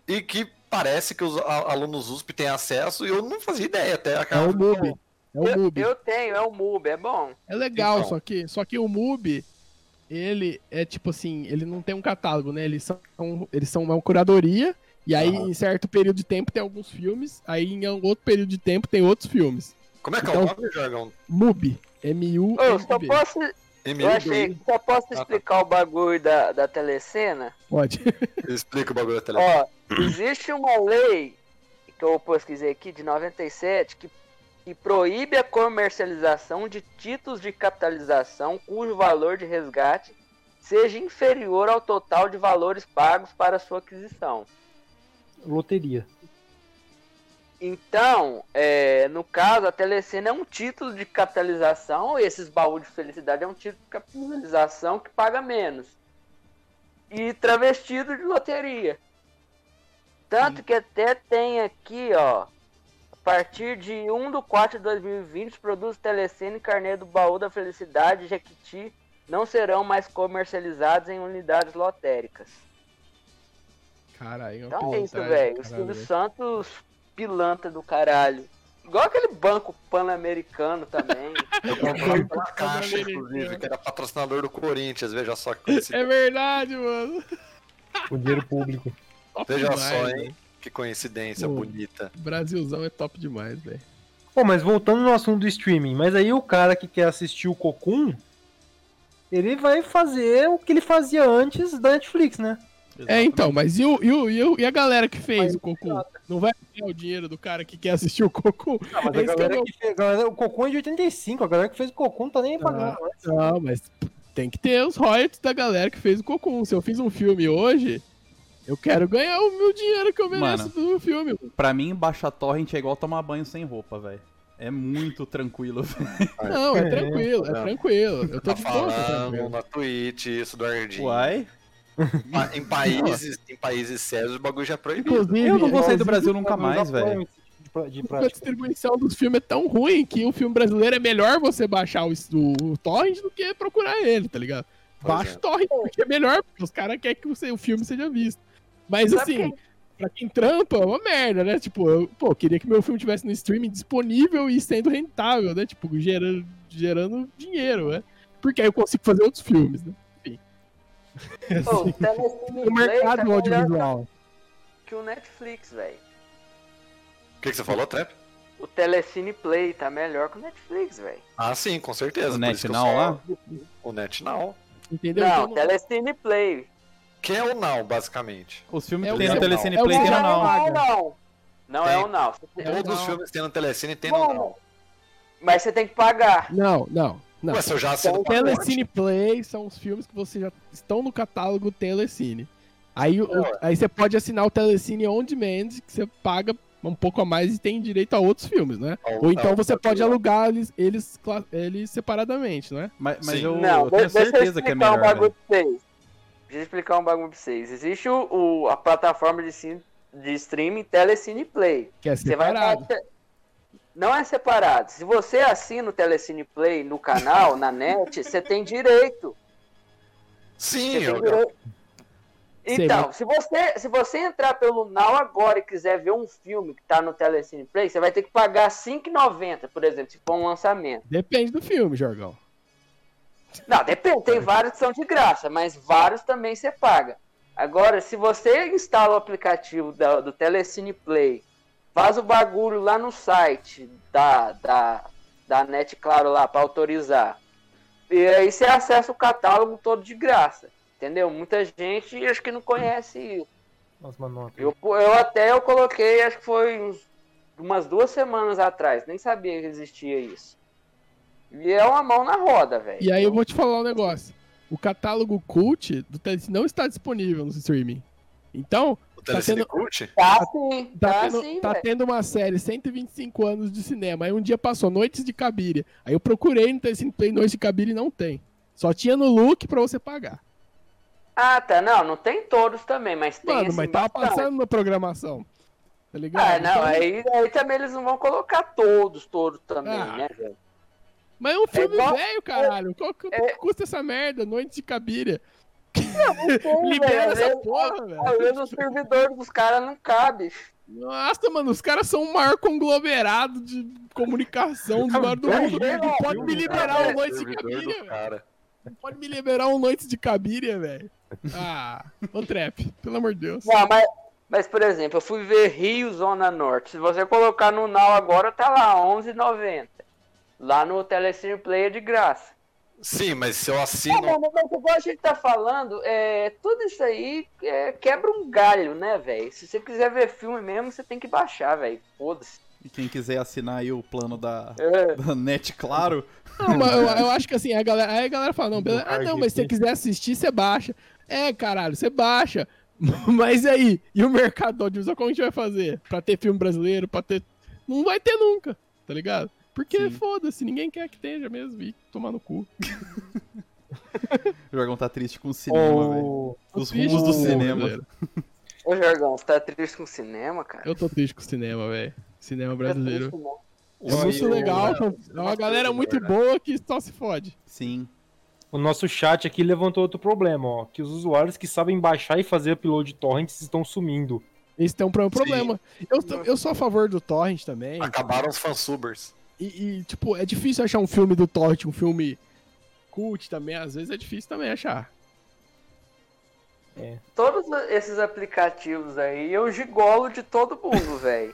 e que parece que os a- alunos USP têm acesso e eu não fazia ideia até a É um o MUBI. É o Eu, MUBI. eu tenho, é o MUB, é bom. É legal, Então. só que só que o MUBI, ele é tipo assim, ele não tem um catálogo, né? Eles são, eles são uma curadoria, e aí Aham. em certo período de tempo tem alguns filmes, aí em outro período de tempo tem outros filmes. Como é que é o Então- nome, Jorgão? MUBI, m É u Ô, tá Eu só b posso, eu achei, Emílio só posso tá. explicar o bagulho da, da telecena? Pode. Explica o bagulho da tele. Ó, existe uma lei que eu pesquisei aqui de 97 que, que proíbe a comercialização de títulos de capitalização cujo valor de resgate seja inferior ao total de valores pagos para sua aquisição. loteria. Então, é, no caso, a Telecena é um título de capitalização, e esses baús de felicidade é um título de capitalização que paga menos. E travestido de loteria. Tanto que até tem aqui, ó. A partir de 1 de 4 de 2020, os produtos Telecena e Carnê do Baú da Felicidade Jequiti não serão mais comercializados em unidades lotéricas. Caralho, uma Então é isso, velho. pilantragem, O caralho, Silvio velho. Santos pilanta do caralho. Igual aquele banco pan-americano também. Eu comprei então, Eu tá uma caixa, comprei- né? inclusive, que era patrocinador do Corinthians, veja só. que coinci- É verdade, mano. O dinheiro público. Top Veja demais, só, hein? velho. Que coincidência Pô. bonita. Brasilzão é top demais, velho. Pô, mas voltando no assunto do streaming, mas aí o cara que quer assistir o Cocum, ele vai fazer o que ele fazia antes da Netflix, né? É, então, mas e, o, e, o, e, o- e a galera que fez o Cocum? Não vai ganhar o dinheiro do cara que quer assistir o Cocum? Ah, mas É isso que eu não- fez, a galera- o Cocum é de 85, a galera que fez o Cocum não tá nem pagando. mais. Não, mas tem que ter os royalties da galera que fez o Cocum. Se eu fiz um filme hoje, eu quero ganhar o meu dinheiro que eu mereço do filme. Pra mim, baixar torrent é igual tomar banho sem roupa, velho. É muito tranquilo. velho. Não, é É, tranquilo, é não. tranquilo. Eu tô Tá de boa, tá falando tranquilo. na Twitch, isso do Ardinho. Uai. Pa- Em países, em países sérios, o bagulho já é proibido. Inclusive, Eu não vou sair do inclusive, Brasil nunca mais, Não apoiam velho. esse tipo de pra- de A prática. distribuição dos filmes é tão ruim que o filme brasileiro é melhor você baixar o, o, o torrent do que procurar ele, tá ligado? Pois Baixa é. o torrent, porque é melhor, porque os caras querem que o, seu filme seja visto. Mas Sabe assim, quem- pra quem trampa, é uma merda, né? Tipo, eu, pô, eu queria que meu filme tivesse no streaming disponível e sendo rentável, né? Tipo, gerando, gerando dinheiro, né? Porque aí eu consigo fazer outros filmes, né? Enfim. É Pô, assim, o Telecine o mercado Play tá melhor audiovisual. que o Netflix, velho. O que, que você falou, Trap? O Telecine Play tá melhor que o Netflix, velho. Ah, sim, com certeza. O por Net isso que eu Now sou- um lá? O Net Now. Entendeu? Não, Então, Telecine Play. Que é o Now, basicamente. Os filmes É que o tem no Now. Telecine É o Play tem no Now. Now. não, não. Não é Tem. um não. Você tem- É o Todos os Now. filmes que tem no Telecine tem no Now. Mano, Mas você tem que pagar. é não, não. não. Ué, se eu já assino O Telecine Play são os filmes que você já estão no catálogo Telecine. Aí, o- Ué. aí você pode assinar o Telecine On Demand, que você paga um pouco a mais e tem direito a outros filmes, né? Ah, Ou então ah, você ok. pode alugar eles, eles, cla- eles separadamente, né? Mas, mas Sim. eu, eu Não, de- tenho deixa eu certeza que é explicar melhor. um bagulho velho. pra vocês. Deixa eu explicar um bagulho pra vocês. Existe o, o- a plataforma de, cin- de streaming Telecine Play. Que é Você vai separado. pra- Não é separado. Se você assina o Telecine Play no canal, na net, você tem direito. Sim, Você tem eu- direito. Sei, Então, se você, se você entrar pelo Now agora e quiser ver um filme que tá no Telecine Play, você vai ter que pagar R$ 5,90, por exemplo, se for um lançamento. Depende do filme, Jorgão. Não, depende. Tem vários que são de graça, mas vários também você paga. Agora, se você instala o aplicativo da- do Telecine Play, faz o bagulho lá no site da, da, da Net Claro lá para autorizar. E aí você acessa o catálogo todo de graça. Entendeu? Muita gente acho que não conhece isso. Nossa, mano, não. Eu, eu até eu coloquei, acho que foi uns- umas duas semanas atrás. Nem sabia que existia isso. E é uma mão na roda, velho. E aí eu vou te falar um negócio. O catálogo cult do Telecine não está disponível no streaming. Então, o Telecine tendo- curte? Tá sim, tá, tá, tendo, sim, tá velho. tendo uma série 125 anos de cinema. Aí um dia passou Noites de Cabiria. Aí eu procurei no Telecine Play Noites de Cabiria e não tem. Só tinha no look pra você pagar. Ah, tá. Não, não tem todos também, mas tem Mano, esse mas tava bastante. passando na programação. Tá ligado? Ah, não, Então, aí, aí também eles não vão colocar todos, todos também, Ah. né, velho? Mas é um filme igual- velho, caralho. Qual que é- custa essa merda? Noites de Cabiria. Pô, velho, Libera às essa vezes- porra, velho. Às vezes o servidor dos caras não cabe. Nossa, mano, os caras são o maior conglomerado de comunicação do maior do Cara, mundo. é, Não pode me é, liberar um é, Noites de Servidor do Cabiria, velho. cara. Não Pode me liberar um Noites de Cabiria, velho. Ah, ô Trap, pelo amor de Deus. Não, mas, mas, por exemplo, eu fui ver Rio Zona Norte. Se você colocar no Now agora, tá lá, 11,90. Lá no Telecine Play é de graça. Sim, mas se eu Ah, assino. não, mas mas igual a gente tá falando, é, tudo isso aí é, quebra um galho, né, velho? Se você quiser ver filme mesmo, você tem que baixar, velho. Foda-se. E quem quiser assinar aí o plano da, É, da Net, claro. Não, mas eu, eu acho que assim, a galera, aí a galera fala, não, beleza. Ah, Hard não, mas se Play. você quiser assistir, você baixa. É, caralho, você baixa. Mas e aí, e o mercado audiovisual, como a gente vai fazer? Pra ter filme brasileiro, pra ter... Não vai ter nunca, tá ligado? Porque Sim. foda-se, ninguém quer que tenha mesmo, e tomar no cu. O Jorgão tá triste com o cinema, velho. Ô, Os Triste rumos com do o cinema. brasileiro. Ô, Jorgão, você tá triste com o cinema, cara? Eu tô triste com o cinema, velho. Cinema Tá brasileiro. triste, não. É muito legal, é uma galera muito boa que só se fode. Sim. O nosso chat aqui levantou outro problema, ó. Que os usuários que sabem baixar e fazer upload de torrents estão sumindo. Esse tem um pro- problema. Eu, tô- eu sou a favor do Torrent também. Acabaram os fansubers. E, e, tipo, é difícil achar um filme do Torrent, um filme cult também. Às vezes é difícil também achar. Todos esses aplicativos aí, eu gigolo de todo mundo, velho.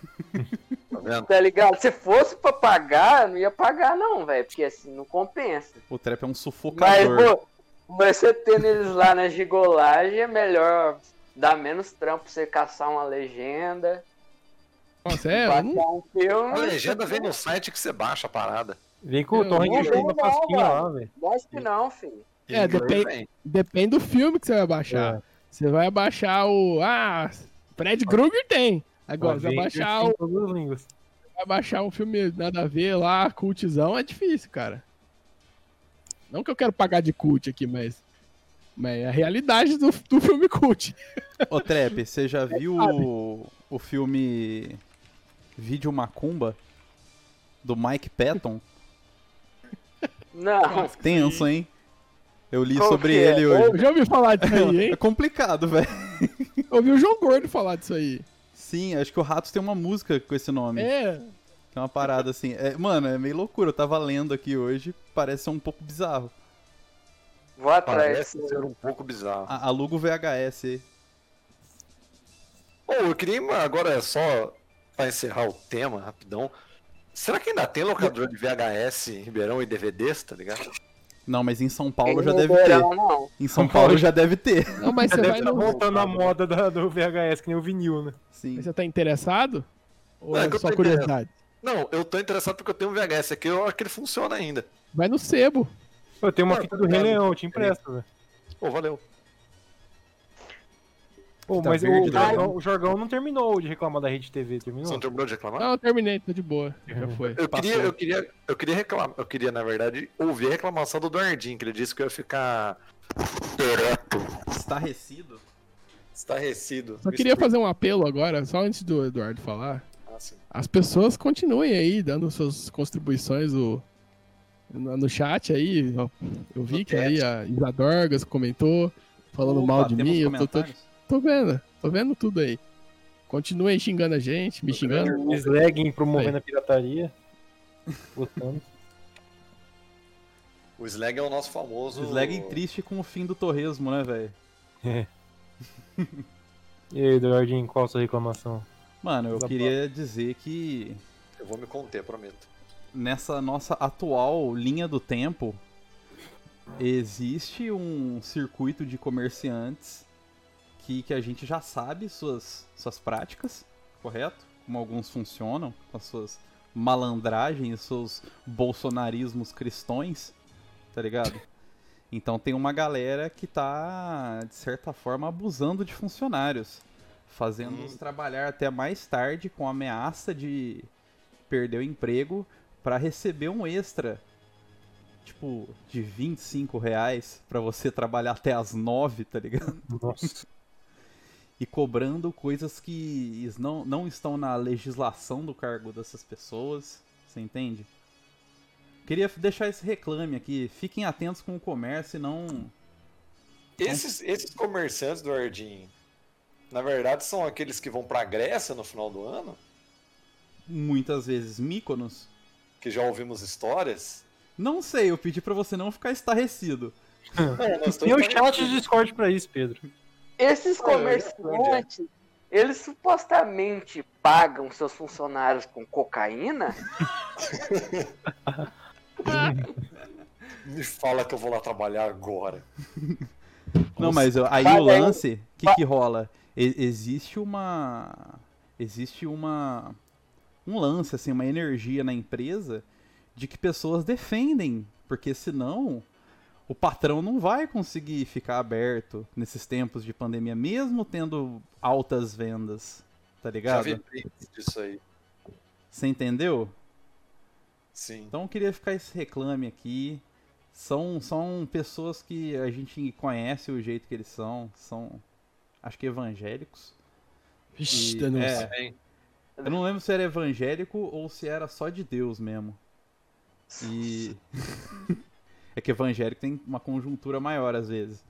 Tá vendo? Tá ligado? Se fosse pra pagar, eu não ia pagar, não, velho. Porque assim, não compensa. O Trap é um Mas, sufocador. pô, mas você tendo eles lá na gigolagem, é melhor dar menos trampo pra você caçar uma legenda, Nossa, é. baixar eu não- um filme. A legenda vem no site que você baixa a parada. Vem com o Eu torrent não cheio da Hum, vou, casquinha mano. lá, velho. Acho que não, filho. Em É, inglês depende- vem. Depende do filme que você vai baixar. É. Você vai baixar o. Ah, Fred Krueger tem. Agora, você vai Avengers baixar, tem o, todas as línguas. vai baixar um filme nada a ver lá, cultzão, é difícil, cara. Não que eu quero pagar de cult aqui, mas. Mas é a realidade do, do filme cult. Ô, Trap, você já viu o, o filme Vídeo Macumba? Do Mike Patton? Não. Tenso, hein? Eu li Qual sobre que é? ele Eu hoje. já ouvi falar disso aí, É hein? complicado, velho. Eu ouvi o João Gordo falar disso aí. Sim, acho que o Ratos tem uma música com esse nome. É, Tem uma parada assim. É, mano, é meio loucura. Eu tava lendo aqui hoje, parece ser um pouco bizarro. Vou atrás. Parece ser um pouco bizarro. A- Aluga o VHS aí. Ô, eu queria uma- agora é só pra encerrar o tema rapidão. Será que ainda tem locador de VHS em Ribeirão e DVDs, tá ligado? Não, mas em São Paulo Em já deve ter. Ribeirão, Não. Em São Paulo já deve ter. não, É mas você vai Deve tá no... voltando à moda da- do VHS, que nem o vinil, né? Sim. Mas Você tá interessado? Ou Não, é é, que eu só tô curiosidade? Não, eu tô interessado porque eu tenho um VHS aqui, eu acho que ele funciona ainda. Vai no sebo. Eu tenho uma Não, fita tá do Rei ligado. Leão, eu te empresto, Tá velho. Pô, valeu. Pô, Fita mas o, verde, né? o tá Jorgão, o Jorgão não terminou de reclamar da Rede TV, Você não terminou? terminou de reclamar? Não, eu terminei, tô de boa. Já foi. Eu queria, Passou. eu queria, eu queria reclamar, eu queria na verdade ouvir a reclamação do Duardinho, que ele disse que eu ia ficar ereto, Estarrecido? estarrecido. Só queria fazer um apelo agora, só antes do Eduardo falar. Ah, sim. As pessoas continuem aí dando suas contribuições o- no, no chat aí. ó. Eu vi No que aí a Isadorgas comentou, falando Opa, mal de temos um mim. Eu tô, tô, comentários? tô vendo, tô vendo tudo aí. Continuem xingando a gente, me xingando. Slagging promovendo a pirataria. Gostando. O Slag é o nosso famoso. Slag triste com o fim do torresmo, né, velho? E aí, Eduardinho, qual a sua reclamação? Mano, eu Desabafo. queria dizer que Eu vou me conter, prometo. nessa nossa atual linha do tempo, existe um circuito de comerciantes que, que a gente já sabe suas, suas práticas, correto? Como alguns funcionam, com as suas malandragens, seus bolsonarismos cristões, tá ligado? Então tem uma galera que tá, de certa forma, abusando de funcionários, fazendo-os trabalhar até mais tarde com ameaça de perder o emprego para receber um extra, tipo, de 25 reais pra você trabalhar até as 9, tá ligado? Nossa. E cobrando coisas que is- não, não estão na legislação do cargo dessas pessoas, você entende? Queria f- deixar esse reclame aqui, fiquem atentos com o comércio e não... Então, Esses, esses comerciantes, Duardinho, na verdade são aqueles que vão pra Grécia no final do ano, Muitas vezes, Míconos. que já ouvimos histórias. Não sei, eu pedi pra você não ficar estarrecido. Não, É, nós Tem um estamos chat de Discord pra isso, Pedro. Esses Olha, olha onde é. comerciantes, eles supostamente pagam seus funcionários com cocaína? Me fala que eu vou lá trabalhar agora. Não, mas ó, aí Mas o aí- lance, o que, que rola? E- existe uma. Existe uma. Um lance, assim, uma energia na empresa de que pessoas defendem. Porque senão o patrão não vai conseguir ficar aberto nesses tempos de pandemia, mesmo tendo altas vendas. Tá Já ligado? vi prints disso aí. Você entendeu? Sim. Então eu queria ficar esse reclame aqui. São, são pessoas que a gente conhece o jeito que eles são. São, acho que evangélicos. Ixi, E- denúncia. é. Eu não lembro se era evangélico ou se era só de Deus mesmo. E. é que evangélico tem uma conjuntura maior às vezes.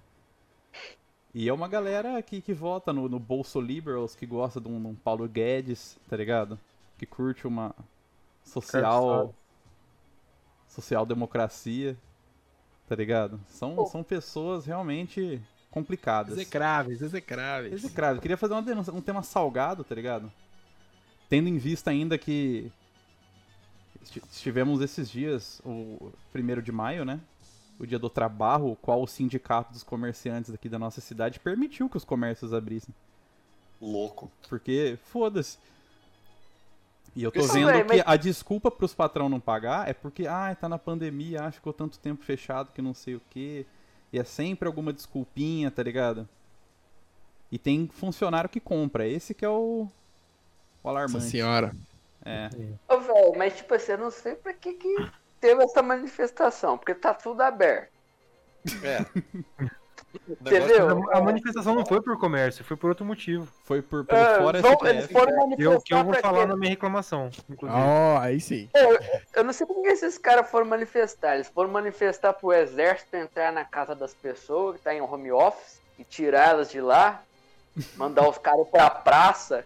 E é uma galera que, que vota no, no Bolso Liberals, que gosta de um, de um Paulo Guedes, tá ligado? Que curte uma social. Social democracia, tá ligado? São, são pessoas realmente complicadas. Execráveis, execráveis. Execrável. Queria fazer uma denúncia, um tema salgado, tá ligado? Tendo em vista ainda que esti- estivemos esses dias, o 1 de maio, né? O dia do trabalho, o qual o sindicato dos comerciantes aqui da nossa cidade permitiu que os comércios abrissem. Louco. Porque, foda-se. E eu tô Isso, vendo véi, que mas- a desculpa pros patrão não pagar é porque, ah, tá na pandemia, ah, ficou tanto tempo fechado que não sei o quê. E é sempre alguma desculpinha, tá ligado? E tem funcionário que compra. Esse que é o, o Nossa alarmante. senhora. É. Ô, velho, mas tipo assim, eu não sei pra que que teve essa manifestação, porque tá tudo aberto. É. é Entendeu? tá A, a manifestação não foi por comércio, foi por outro motivo. Foi por pelo Ah, fora é vão- STF. eles foram Que é o manifestar que eu vou pra falar quê? na minha reclamação, Ah, inclusive. Ó, aí sim. Eu não sei por que esses caras foram manifestar. Eles foram manifestar pro exército entrar na casa das pessoas que tá em home office e tirá-las de lá, mandar os caras pra praça.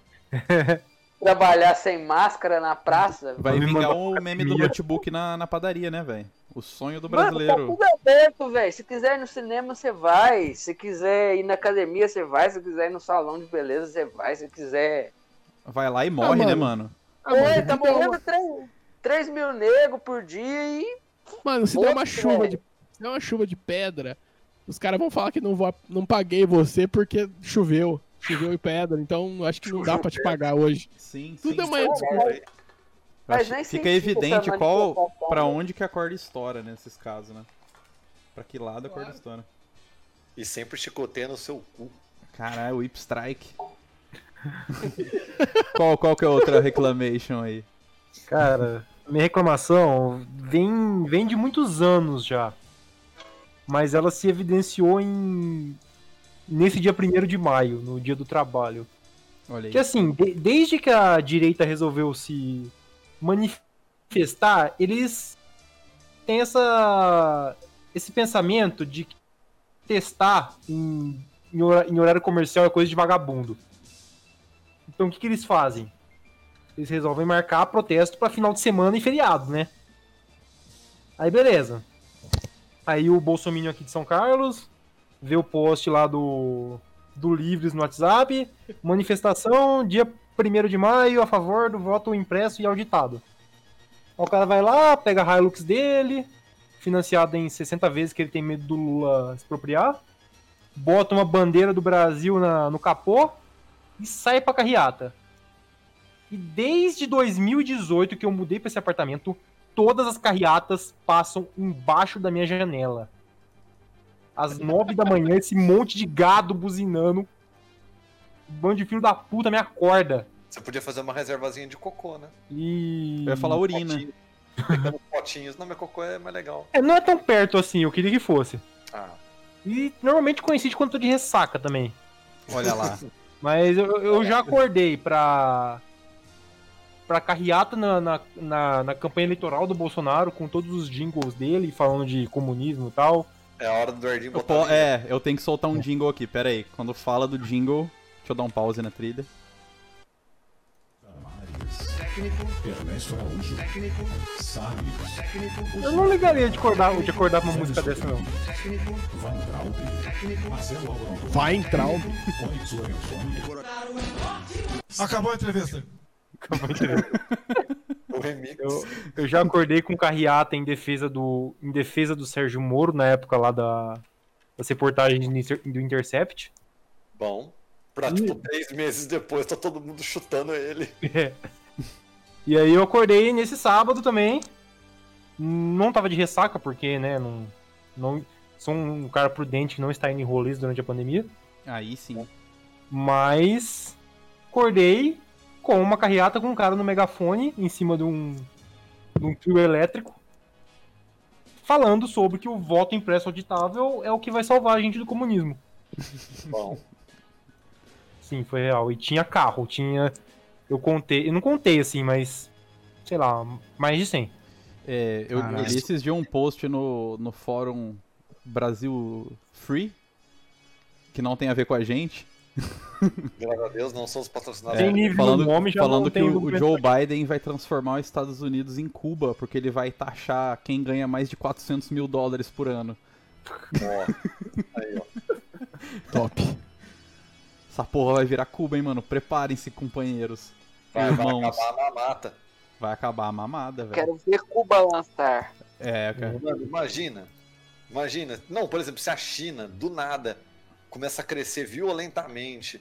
Trabalhar sem máscara na praça. Vai Me vingar mandar o meme do minha. notebook na, na padaria, né, velho? O sonho do Mano, brasileiro. tá tudo aberto, velho. Se quiser ir no cinema, você vai. Se quiser ir na academia, você vai. Se quiser ir no salão de beleza, você vai. Se quiser. Vai lá e Tá morre, Ah, né, mano. mano? Ah, mano, Oi, tá se der uma- morrendo 3, mil negros por dia e. Mano, se der uma Outro, chuva velho. de, se der uma chuva de pedra, os caras vão falar que não, vou, não paguei você porque choveu. Choveu e pedra, então acho que não dá pra te pagar hoje. Sim, sim. Tudo é uma desculpa. Mas Eu acho- nem Fica senti evidente essa qual manifestação. né? para onde que a corda estoura nesses casos, né? Pra que lado a corda estoura? E sempre chicoteia no seu cu. Caralho, whip strike. qual, qual que é outra reclamation aí? Cara, minha reclamação vem, vem de muitos anos já. Mas ela se evidenciou em nesse dia 1 de maio, no dia do trabalho. Olha aí. Que assim, de- desde que a direita resolveu se manifestar, eles têm essa, esse pensamento de que testar em, em hora- em horário comercial é coisa de vagabundo. Então o que, que eles fazem? Eles resolvem marcar protesto pra final de semana e feriado, né? Aí beleza. Aí o Bolsonaro aqui de São Carlos vê o post lá do, do Livres no WhatsApp. Manifestação, dia 1 de maio, a favor do voto impresso e auditado. Aí O cara vai lá, pega a Hilux dele, financiada em 60 vezes que ele tem medo do Lula expropriar, bota uma bandeira do Brasil na- no capô e sai pra carreata. E desde 2018 que eu mudei pra esse apartamento, todas as carreatas passam embaixo da minha janela. Às 9 da manhã, esse monte de gado buzinando, bando de filho da puta me acorda. Você podia fazer uma reservazinha de cocô, né? E. Eu ia falar urina. Potinho. Pegando potinhos. Não, meu cocô é mais legal. É, não é tão perto assim, eu queria que fosse. Ah, E normalmente coincide quando eu tô de ressaca também. Olha lá. Mas eu, eu É. já acordei pra. pra carreata na, na, na, na campanha eleitoral do Bolsonaro, com todos os jingles dele, falando de comunismo e tal. é a hora do Jardim Eu botar. po- é, eu tenho que soltar um jingle aqui, pera aí. Quando fala do jingle, deixa eu dar um pause na trilha. Eu não ligaria de acordar, de acordar pra uma música dessa, não. Vai entrar. o- Acabou a entrevista. O remix. Eu, eu já acordei com carreata em defesa do em defesa do Sérgio Moro na época lá da das reportagens do Inter- do Intercept. Bom. Pra, tipo, três meses depois, tá todo mundo chutando ele. E aí eu acordei nesse sábado também. Não tava de ressaca, porque, né, não, não sou um cara prudente que não está indo em rolês durante a pandemia. Aí sim. Mas acordei com uma carreata com um cara no megafone em cima de um, de um trio elétrico falando sobre que o voto impresso auditável é o que vai salvar a gente do comunismo. Bom. Sim, foi real. E tinha carro, tinha. Eu contei. Eu não contei assim, mas. Sei lá, mais de 100. É, eu, eu Caralho. li esses dias um post no, no fórum Brasil Free, que não tem a ver com a gente. Graças a Deus, não somos patrocinados. Tem É, nível falando no nome, já falando não que tem o, o governo. Joe Biden vai transformar os Estados Unidos em Cuba, porque ele vai taxar quem ganha mais de 400 mil dólares por ano. Ó. Aí, ó. Top. Essa porra vai virar Cuba, hein, mano? Preparem-se, companheiros. Vai, vai irmãos. acabar na mata. Vai acabar a mamada, velho. Quero ver Cuba lançar. É, cara. Mano, imagina. Imagina. Não, por exemplo, se a China, do nada, começa a crescer violentamente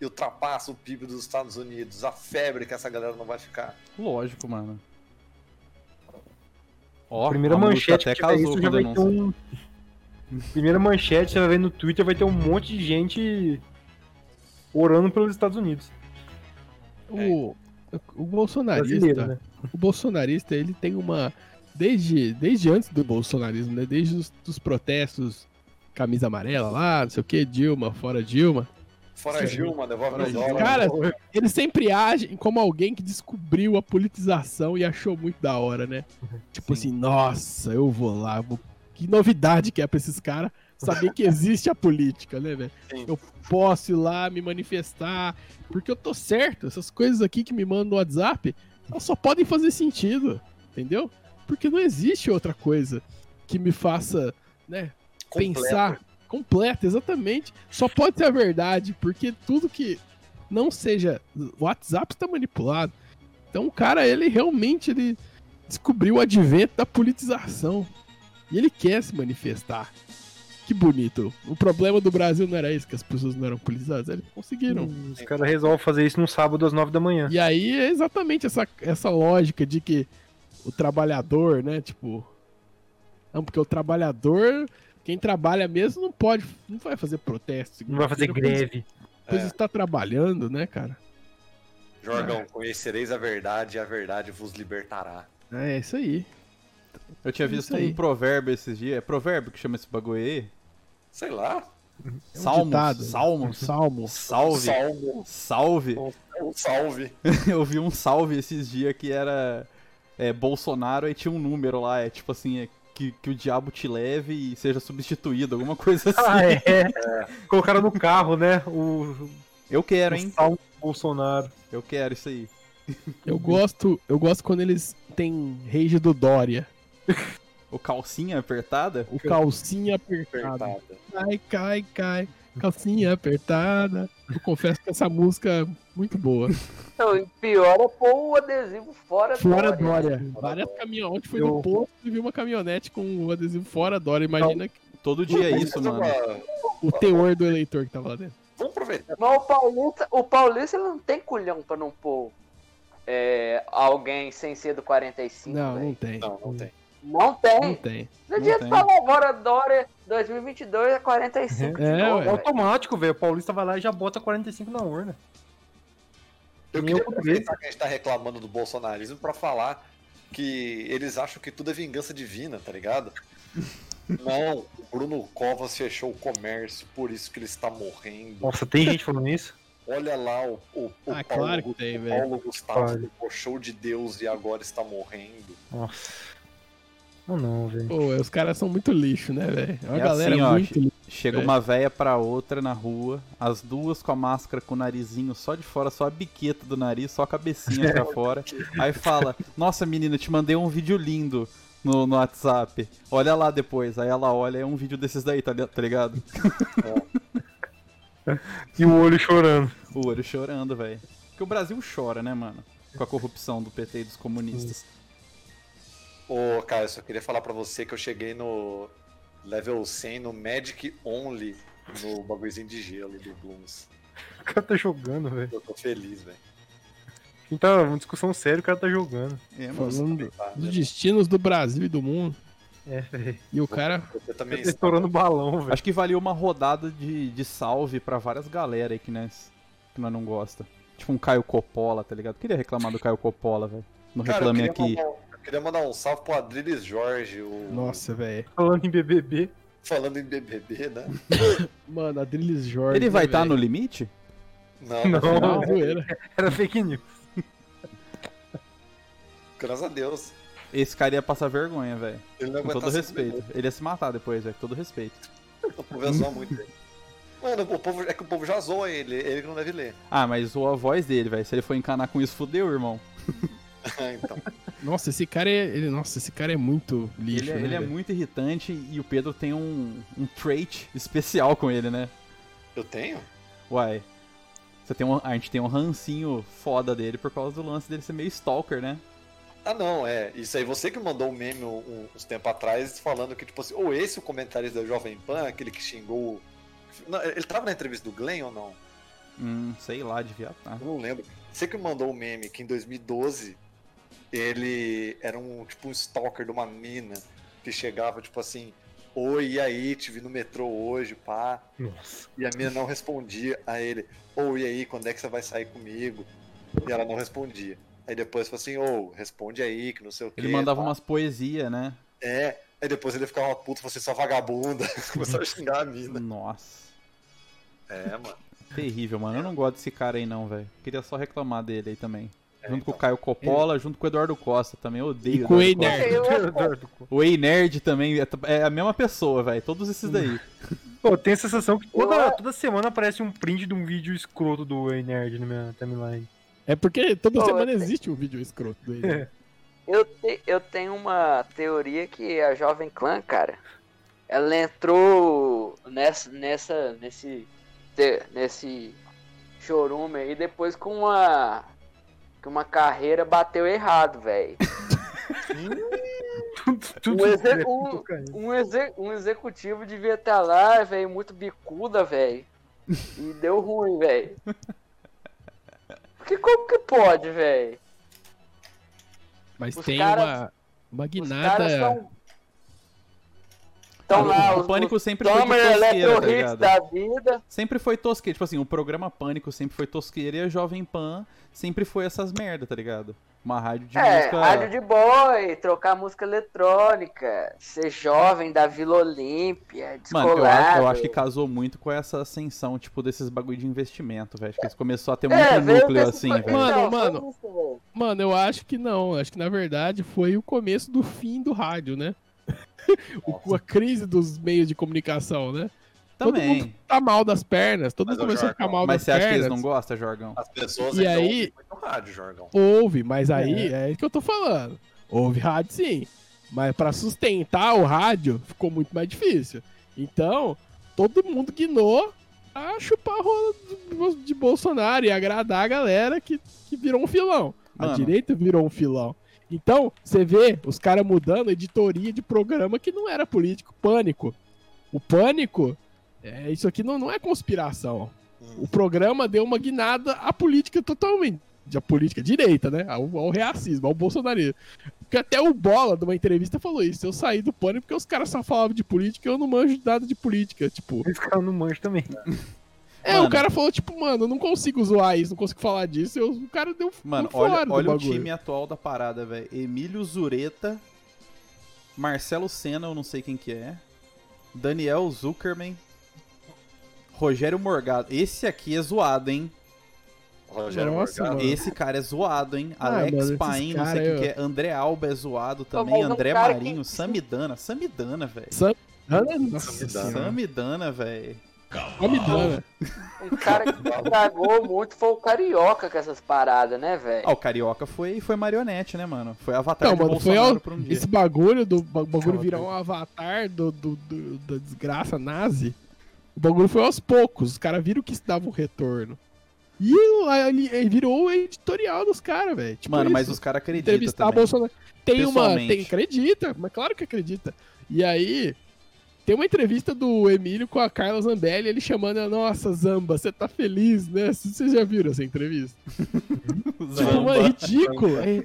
e ultrapassa o PIB dos Estados Unidos, a febre que essa galera não vai ficar. Lógico, mano. Ó, Primeira a música manchete até que casou tiver isso com já a vai ter denúncia. um. Primeira manchete, você vai ver no Twitter, vai ter um monte de gente orando pelos Estados Unidos. O, o Brasileiro, bolsonarista. né? O bolsonarista, ele tem uma. Desde, desde antes do bolsonarismo, né? Desde os dos protestos, camisa amarela lá, não sei o que, Dilma, fora Dilma. Fora Gilma, devolve Fora meu Dilma. dólar. Cara, ele sempre age como alguém que descobriu a politização e achou muito da hora, né? Tipo assim, nossa, eu vou lá, vou- que novidade que é pra esses caras. saber que existe a política, né, velho? Sim. Eu posso ir lá me manifestar, porque eu tô certo. Essas coisas aqui que me mandam no WhatsApp, elas só podem fazer sentido, entendeu? Porque não existe outra coisa que me faça, né, pensar completa, exatamente. Só pode ser a verdade, porque tudo que não seja o WhatsApp está manipulado. Então o cara, ele realmente ele descobriu o advento da politização. E ele quer se manifestar. Que bonito. O problema do Brasil não era isso, que as pessoas não eram politizadas, eles conseguiram. Os caras resolvem fazer isso no sábado às 9 da manhã. E aí é exatamente essa, essa lógica de que o trabalhador, né, tipo. Não, porque o trabalhador, quem trabalha mesmo, não pode. Não vai fazer protesto. Não vai fazer segunda-feira, greve. Pois É. está trabalhando, né, cara? Jorgão, conhecereis a verdade e a verdade vos libertará. É, é isso aí. Eu tinha É visto isso aí. um provérbio esses dias. É provérbio que chama esse bagulho aí? Sei lá. É um Salmos, ditado. Um salmos. É salmo. Salve. Salvo. Salve. Um salve. Eu vi um salve esses dias que era é, Bolsonaro e tinha um número lá, é tipo assim, é, que, que o diabo te leve e seja substituído, alguma coisa assim. Ah, é. Colocaram no carro, né? O, Eu quero, o hein? Salmo Bolsonaro. Eu quero isso aí. Eu gosto, eu gosto quando eles têm rage do Dória. O calcinha apertada? O calcinha apertada. Apertada. Cai, cai, cai. Calcinha apertada. Eu confesso que essa música é muito boa. Não, e pior é pôr o adesivo fora, Fora do Dória. Várias caminhonetes. Ontem fui Eu- no posto e vi uma caminhonete com o adesivo fora Dória. Imagina que- Todo dia é Vamos isso, fazer mano. uma- o teor do eleitor que tava lá dentro. Vamos aproveitar. Mas o Paulista, o Paulista ele não tem culhão pra não pôr é, alguém sem ser do 45. Não, velho. não tem. Não, não tem. Não Não tem. tem. Não adianta tem. falar agora Dória 2022 é 45. de É, novo, ué. É velho. automático, velho. O Paulista vai lá e já bota 45 na urna. Eu Nem queria eu português. aproveitar que a gente tá reclamando do bolsonarismo pra falar que eles acham que tudo é vingança divina, tá ligado? Não, o Bruno Covas fechou o comércio, por isso que ele está morrendo. Nossa, tem gente falando isso? Olha lá o, o, o Ah, Paulo, claro que tem, o velho. Paulo Gustavo Claro. ficou show de Deus e agora está morrendo. Nossa. Não, não, velho. Pô, os caras são muito lixo, né, velho? É uma É galera assim, ó, muito lixo. Chega É. uma véia pra outra na rua, as duas com a máscara com o narizinho só de fora, só a biqueta do nariz, só a cabecinha pra fora. Aí fala: Nossa, menina, te mandei um vídeo lindo no, no WhatsApp. Olha lá depois. Aí ela olha, é um vídeo desses daí, tá, li- tá ligado? E o olho chorando. O olho chorando, velho. Porque o Brasil chora, né, mano? Com a corrupção do PT e dos comunistas. Ô, cara, eu só queria falar pra você que eu cheguei no level 100 no Magic Only no bagulhozinho de gelo do Blooms. O cara tá jogando, velho. Eu tô feliz, velho. Então, uma discussão séria, o cara tá jogando. É, mano. Falando Tá, dos destinos do Brasil e do mundo. É, velho. E o cara Você Tá também está. estourando balão, velho. Acho que valeu uma rodada de, de salve pra várias galera aí que nós, que nós não gosta. Tipo um Caio Coppola, tá ligado? Queria reclamar do Caio Coppola, velho. Não Cara, eu reclame queria, aqui. Mandar, eu queria mandar um salve pro Adriles Jorge, o... Nossa, velho. Falando em BBB. falando em BBB, né? Mano, Adriles Jorge. Ele vai né, estar velho? no limite? Não, Não. não. Não, zoeira. Era fake news. graças a Deus. Esse cara ia passar vergonha, velho. Ele não Com aguentar todo essa respeito. Ele ia se matar depois, velho. Com todo respeito. beleza, O povo ia zoar muito ele. Mano, o povo, é que o povo já zoa ele, ele que não deve ler. Ah, mas ou a voz dele, velho. Se ele for encanar com isso, fudeu, irmão. então, Nossa, esse cara é. Ele, nossa, esse cara é muito lixo. Ele, é- né, ele é velho? muito irritante e o Pedro tem um, um trait especial com ele, né? eu tenho? Uai. Você tem um, a gente tem um rancinho foda dele por causa do lance dele ser meio stalker, né? Ah, não, é. Isso aí, você que mandou um meme um- uns tempos atrás falando que, tipo assim, ou esse o comentarista da Jovem Pan, aquele que xingou. o- Não, ele tava na entrevista do Glenn ou não? Hum, sei lá, devia estar. Eu não lembro. Você que mandou o meme que em 2012 ele era um tipo um stalker de uma mina que chegava tipo assim: Oi, e aí, te vi no metrô hoje, pá. Nossa. E a mina não respondia a ele: Ô, e aí, quando é que você vai sair comigo? E ela não respondia. Aí depois falou assim: Ô, responde aí, que não sei o quê. Ele mandava pá. umas poesias, né? É. Aí depois ele ficava puto, você só vagabunda. Começou a xingar a mina. Nossa. É, mano. Terrível, mano. Eu não gosto desse cara aí, não, velho. Queria só reclamar dele aí também. É, junto com então. o Caio Coppola, junto com o Eduardo Costa também. Eu odeio E com o Eduardo Ei Costa. Nerd. Eu, O Ei Nerd também é t- é a mesma pessoa, velho. Todos esses daí. Pô, tem a sensação que Eu- toda, toda semana aparece um print de um vídeo escroto do Ei Nerd na minha timeline. É porque toda Pô, semana eu- existe um vídeo escroto dele. É. eu, te- eu tenho uma teoria que a Jovem Clã, cara, ela entrou nessa, nessa nesse, te- nesse chorume aí depois com uma, com uma carreira bateu errado, velho. Tudo- tudo O exe- escroto, o- cara. Um, exe- um executivo devia estar lá, velho, muito bicuda, velho. E deu ruim, velho. Porque como que pode, velho? Mas Os tem caras- uma, uma Os guinada. caras são. Estão lá, o, os, o Pânico sempre foi de Summer tosqueira, tá Electro Hits ligado? da vida. Sempre foi tosqueira. Tipo assim, o programa Pânico sempre foi tosqueira e a Jovem Pan sempre foi essas merda, tá ligado? Uma rádio de é, música. rádio de boy, trocar música eletrônica, ser jovem da Vila Olímpia, Mano, descolado. eu acho, eu acho que casou muito com essa ascensão, tipo, desses bagulho de investimento, velho. Acho que eles começou a ter é muito veio núcleo desse- assim, Então, velho. Mano, foi mano. isso, velho. Mano, eu acho que não. Acho que na verdade foi o começo do fim do rádio, né? O- a crise dos meios de comunicação, né? Todo Também. mundo tá mal das pernas, todo Mas, mundo ô, começou a Jorgão, ficar mal Mas das você acha que pernas. eles não gostam, Jorgão? Tá As pessoas E então aí- ouvem muito rádio, Jorgão. Houve, mas aí é. isso que eu tô falando. Houve rádio sim. Mas pra sustentar o rádio ficou muito mais difícil. Então, todo mundo guinou a chupar a rola de Bo- de Bolsonaro e agradar a galera que, que virou um filão. A Mano. direita virou um filão. Então, você vê os caras mudando a editoria de programa que não era político. Pânico. O pânico, é, isso aqui não, não é conspiração. O programa deu uma guinada à política totalmente. De a política direita, né? Ao, ao reacismo, ao bolsonarismo. Porque até o Bola, numa entrevista, falou isso. Eu saí do pânico porque os caras só falavam de política e eu não manjo de nada de política. Tipo, Esse cara não manja também. é, Mano. o cara falou, tipo, mano, eu não consigo zoar isso, não consigo falar disso. Eu- o cara deu Mano, deu olha, fora do olha o bagulho. time atual da parada, velho. Emílio Zureta, Marcelo Senna, eu não sei quem que é, Daniel Zuckerman, Rogério Morgado. Esse aqui é zoado, hein? Rogério Nossa, Morgado. mano. Esse cara é zoado, hein? Ah, Alex mano, esses Paim, não sei cara quem aí, que é. André Alba é zoado mas também. é um André cara que- Marinho, Samidana. Samidana, velho. Ana, nossa Samidana. senhora. Samidana, velho. Samidana. Um cara que estragou muito foi o Carioca com essas paradas, né, velho? Ah, o Carioca foi, foi marionete, né, mano? Foi avatar Não, de mano, foi Bolsonaro ao- por um dia. Esse bagulho do ba- bagulho Calma, virar Pedro. um avatar do, do- do- da desgraça nazi, o bagulho foi aos poucos. Os caras viram que isso dava um retorno. E o- aí ele, ele virou o editorial dos caras, velho. Tipo Mano, mas isso, os caras acreditam entrevistar também. Bolsonaro. Tem uma. Pessoalmente. Tem, acredita, mas claro que acredita. E aí. Tem uma entrevista do Emílio com a Carla Zambelli, ele chamando ela, nossa, Zamba, você tá feliz, né? Vocês já viram essa entrevista? Tipo, Zamba. mano, é ridículo. É, é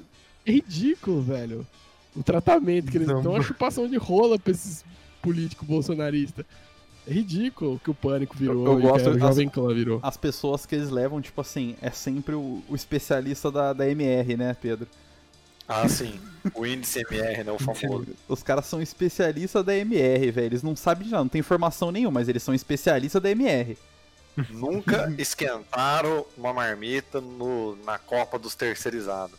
ridículo, velho. O tratamento que eles Zamba. dão uma chupação de rola pra esses políticos bolsonaristas. É ridículo o que o pânico virou. Eu- eu e que gosto- o Jovem Clã virou. as pessoas que eles levam, tipo assim, é sempre o, o especialista da, da MR, né, Pedro? Ah, sim. O índice MR, né? O famoso. Os caras são especialistas da MR, velho. Eles não sabem de nada, não tem informação nenhuma, mas eles são especialistas da MR. Nunca esquentaram uma marmita no, na Copa dos Terceirizados.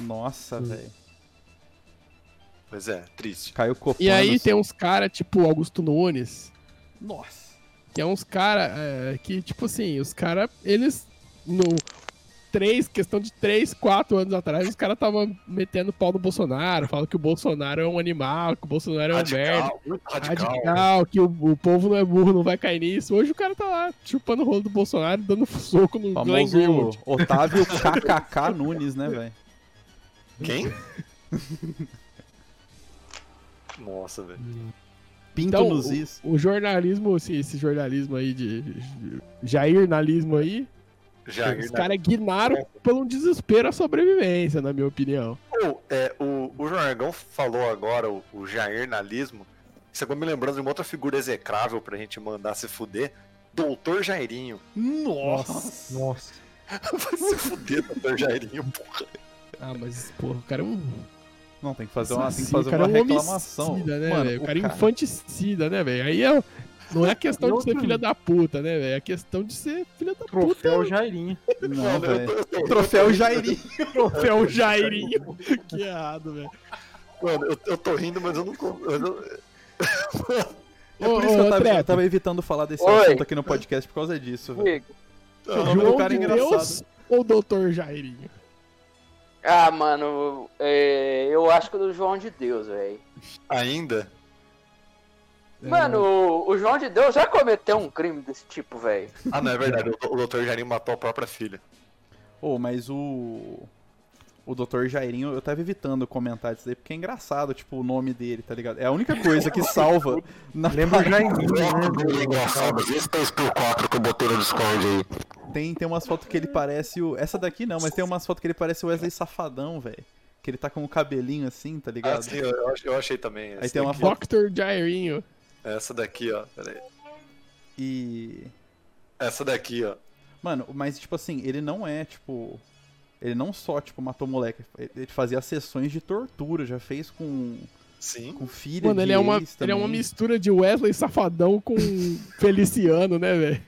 Nossa, Hum. velho. Pois é, triste. Caiu copando. E aí tem uns caras, tipo Augusto Nunes, Nossa. que é uns caras que, tipo assim, os caras, eles, no três, questão de três, quatro anos atrás, os caras estavam metendo pau no Bolsonaro, falando que o Bolsonaro é um animal, que o Bolsonaro é um merda. Radical, muito radical. radical, que o, o povo não é burro, não vai cair nisso. Hoje o cara tá lá chupando o rolo do Bolsonaro, dando soco no Glenn Famoso Greenwald. Otávio KKK Nunes, né, velho? Quem? Nossa, velho. Pinto Então, nos is. o, o jornalismo, esse, esse jornalismo aí de de- jairnalismo aí, Jair, os caras guinaram por um desespero à sobrevivência, na minha opinião. Pô, é, o, o Jorgão falou agora o, o jairnalismo. Você acabou me lembrando de uma outra figura execrável pra gente mandar se fuder. Doutor Jairinho. Nossa. Nossa. Vai se fuder, Doutor Jairinho, porra. Ah, mas, porra, o cara é um. Não, tem que fazer uma, tem que assassino, fazer o cara uma é um reclamação. homicida, né, Mano, velho? O o cara é cara- infanticida, né, velho? Aí é. Não é questão de ser Outro- filha da puta, né, velho? É questão de ser filha da Troféu puta. é Jairinho. Não, eu tô- velho. eu tô- Troféu Jairinho. Troféu Jairinho. que errado, velho. Mano, eu, eu tô rindo, mas eu não. con- eu não- É Ô, por isso que ô, eu tava, Trep. eu tava evitando falar desse Oi. assunto aqui no podcast por causa disso, velho. Digo. O nome do João cara é de engraçado. Deus ou Doutor Jairinho? Ah, mano, é, eu acho que o do João de Deus, velho. Ainda? É. Mano, o- o João de Deus já cometeu um crime desse tipo, velho. Ah, não, é verdade. O, o Dr. Jairinho matou a própria filha. Ô, mas o. O Dr. Jairinho, eu tava evitando comentar isso daí, porque é engraçado, tipo, o nome dele, tá ligado? É a única coisa que salva na Lembra o parada. Jairinho, né? Engraçado, esse 3x4 que eu botei no Discord aí. Tem, tem umas fotos que ele parece o. Essa daqui não, mas tem umas fotos que ele parece o Wesley Safadão, velho. Que ele tá com o cabelinho assim, tá ligado? Ah, sim, eu, eu ach- eu achei também. Aí Essa tem uma daqui, Dr. Jairinho. ó. Essa daqui, ó. Peraí. E. Essa daqui, ó. Mano, mas tipo assim, ele não é, tipo. Ele não só, tipo, matou moleque. Ele ele fazia sessões de tortura, já fez com, Sim. com filha Mano, de ele é, uma, ex ele é uma também. mistura de Wesley Safadão com Feliciano, né, velho?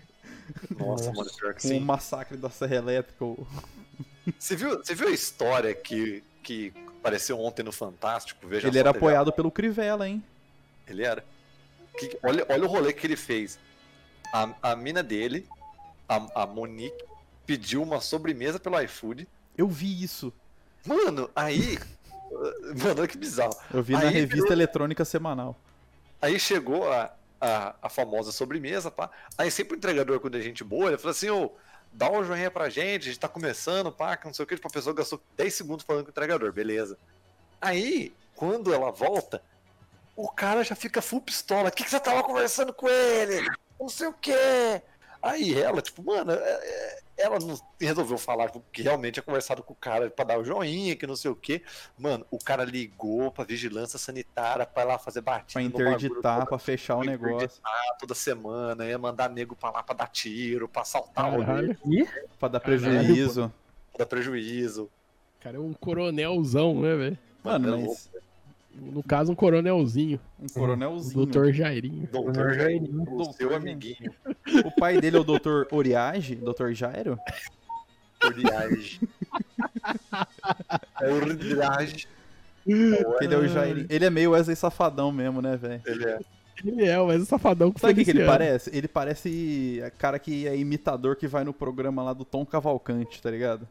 Nossa, mano, pior que Com o sim. massacre da Serra Elétrica. o- Você viu, você viu a história que, que apareceu ontem no Fantástico? Veja Ele só, era teve a- apoiado pelo Crivella, hein? Ele era. Que- olha, olha o rolê que ele fez. A, a mina dele, a, a Monique, pediu uma sobremesa pelo iFood. Eu vi isso. Mano, aí. Mano, olha que bizarro. Eu vi na Aí, né? revista eletrônica semanal. Aí chegou a, a, a famosa sobremesa, pá. Aí sempre o entregador, quando é gente boa, ele falou assim: ô, dá um joinha pra gente, a gente tá começando, pá, que não sei o que. Tipo, a pessoa gastou 10 segundos falando com o entregador, beleza. Aí, quando ela volta, o cara já fica full pistola. O que, que você tava conversando com ele? Não sei o quê. Aí ela, tipo, mano, é- é- ela não resolveu falar tipo, que realmente tinha conversado com o cara pra dar o joinha, que não sei o quê. Mano, o cara ligou pra vigilância sanitária pra ir lá fazer batida. Pra no bagulho, interditar, pra fechar o pra negócio. toda- toda semana, ia mandar nego pra lá pra dar tiro, pra assaltar o Caralho. nego, Pra dar Caralho, prejuízo. pra dar prejuízo. O cara é um coronelzão, né, velho? Mano, Mano, é Ah, mas No caso, um coronelzinho. um coronelzinho. É. Doutor Jairinho. Doutor Jairinho, Doutor o seu Jairinho. amiguinho, O pai dele é o Dr. Oriage, Dr. Jairo. Uriage. É o Uriage. Que ele é o Jairinho. Ele é meio Wesley Safadão mesmo, né, velho? Ele é. Ele é o Wesley Safadão com Sabe o que, que ele Feliciano. parece? Ele parece a cara que é imitador que vai no programa lá do Tom Cavalcante, tá ligado?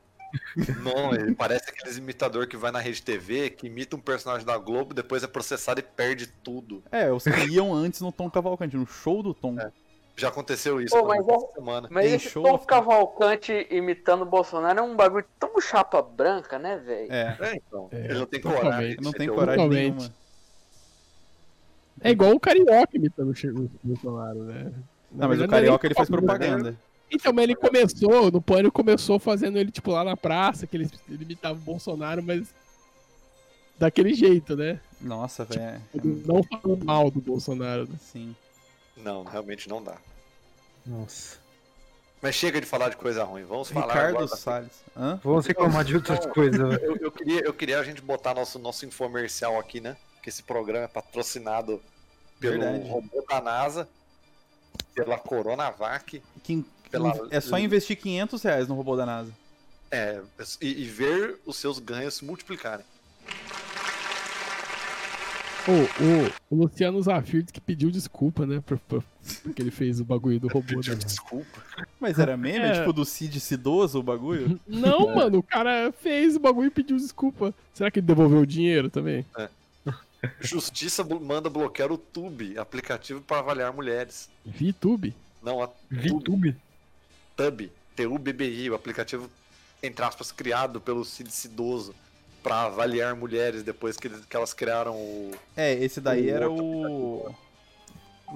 Não, ele parece aqueles imitador que vai na rede TV, que imita um personagem da Globo, depois é processado e perde tudo. É, os que iam antes no Tom Cavalcante, no show do Tom. É. Já aconteceu isso Pô, comigo mas é- essa semana. Mas Tem esse show, Tom filho? Cavalcante imitando o Bolsonaro é um bagulho tão chapa branca, né, velho? É, É, então. É, ele não tem um- totalmente. coragem. não tem Ele coragem Totalmente. nenhuma. É igual o Carioca imitando o Che- o Bolsonaro, né? Na Não, mas o verdade, Carioca ele nem faz propaganda, propaganda. Então, mas ele começou, no Pânico começou fazendo ele, tipo, lá na praça, que ele, ele imitava o Bolsonaro, mas daquele jeito, né? Nossa, velho. é assim. Não falando mal do Bolsonaro. né? Sim. Não, realmente não dá. Nossa. Mas chega de falar de coisa ruim, vamos falar agora assim? Ricardo da Salles. Hã? Vamos reclamar de outras coisas, velho. Eu, eu queria, eu queria a gente botar nosso, nosso infomercial aqui, né? Que esse programa é patrocinado pelo Verdade. robô da NASA, pela Coronavac. Que, Pela- é só investir 500 reais no robô da NASA. É, e, e ver os seus ganhos se multiplicarem. Ô, o, o Luciano Zafir disse que pediu desculpa, né? Por, por- porque ele fez o bagulho do robô. Pediu né? desculpa. Mas era meme, É. tipo do Cid Cidoso o bagulho? Não, mano, o cara fez o bagulho e pediu desculpa. Será que ele devolveu o dinheiro também? Justiça blo- manda bloquear o Tube, aplicativo para avaliar mulheres. VTube? Não, a VTube? Tub, TUBBI, o aplicativo, entre aspas, criado pelo Cid Cidoso para avaliar mulheres depois que, eles- que elas criaram o. É, esse daí O era outro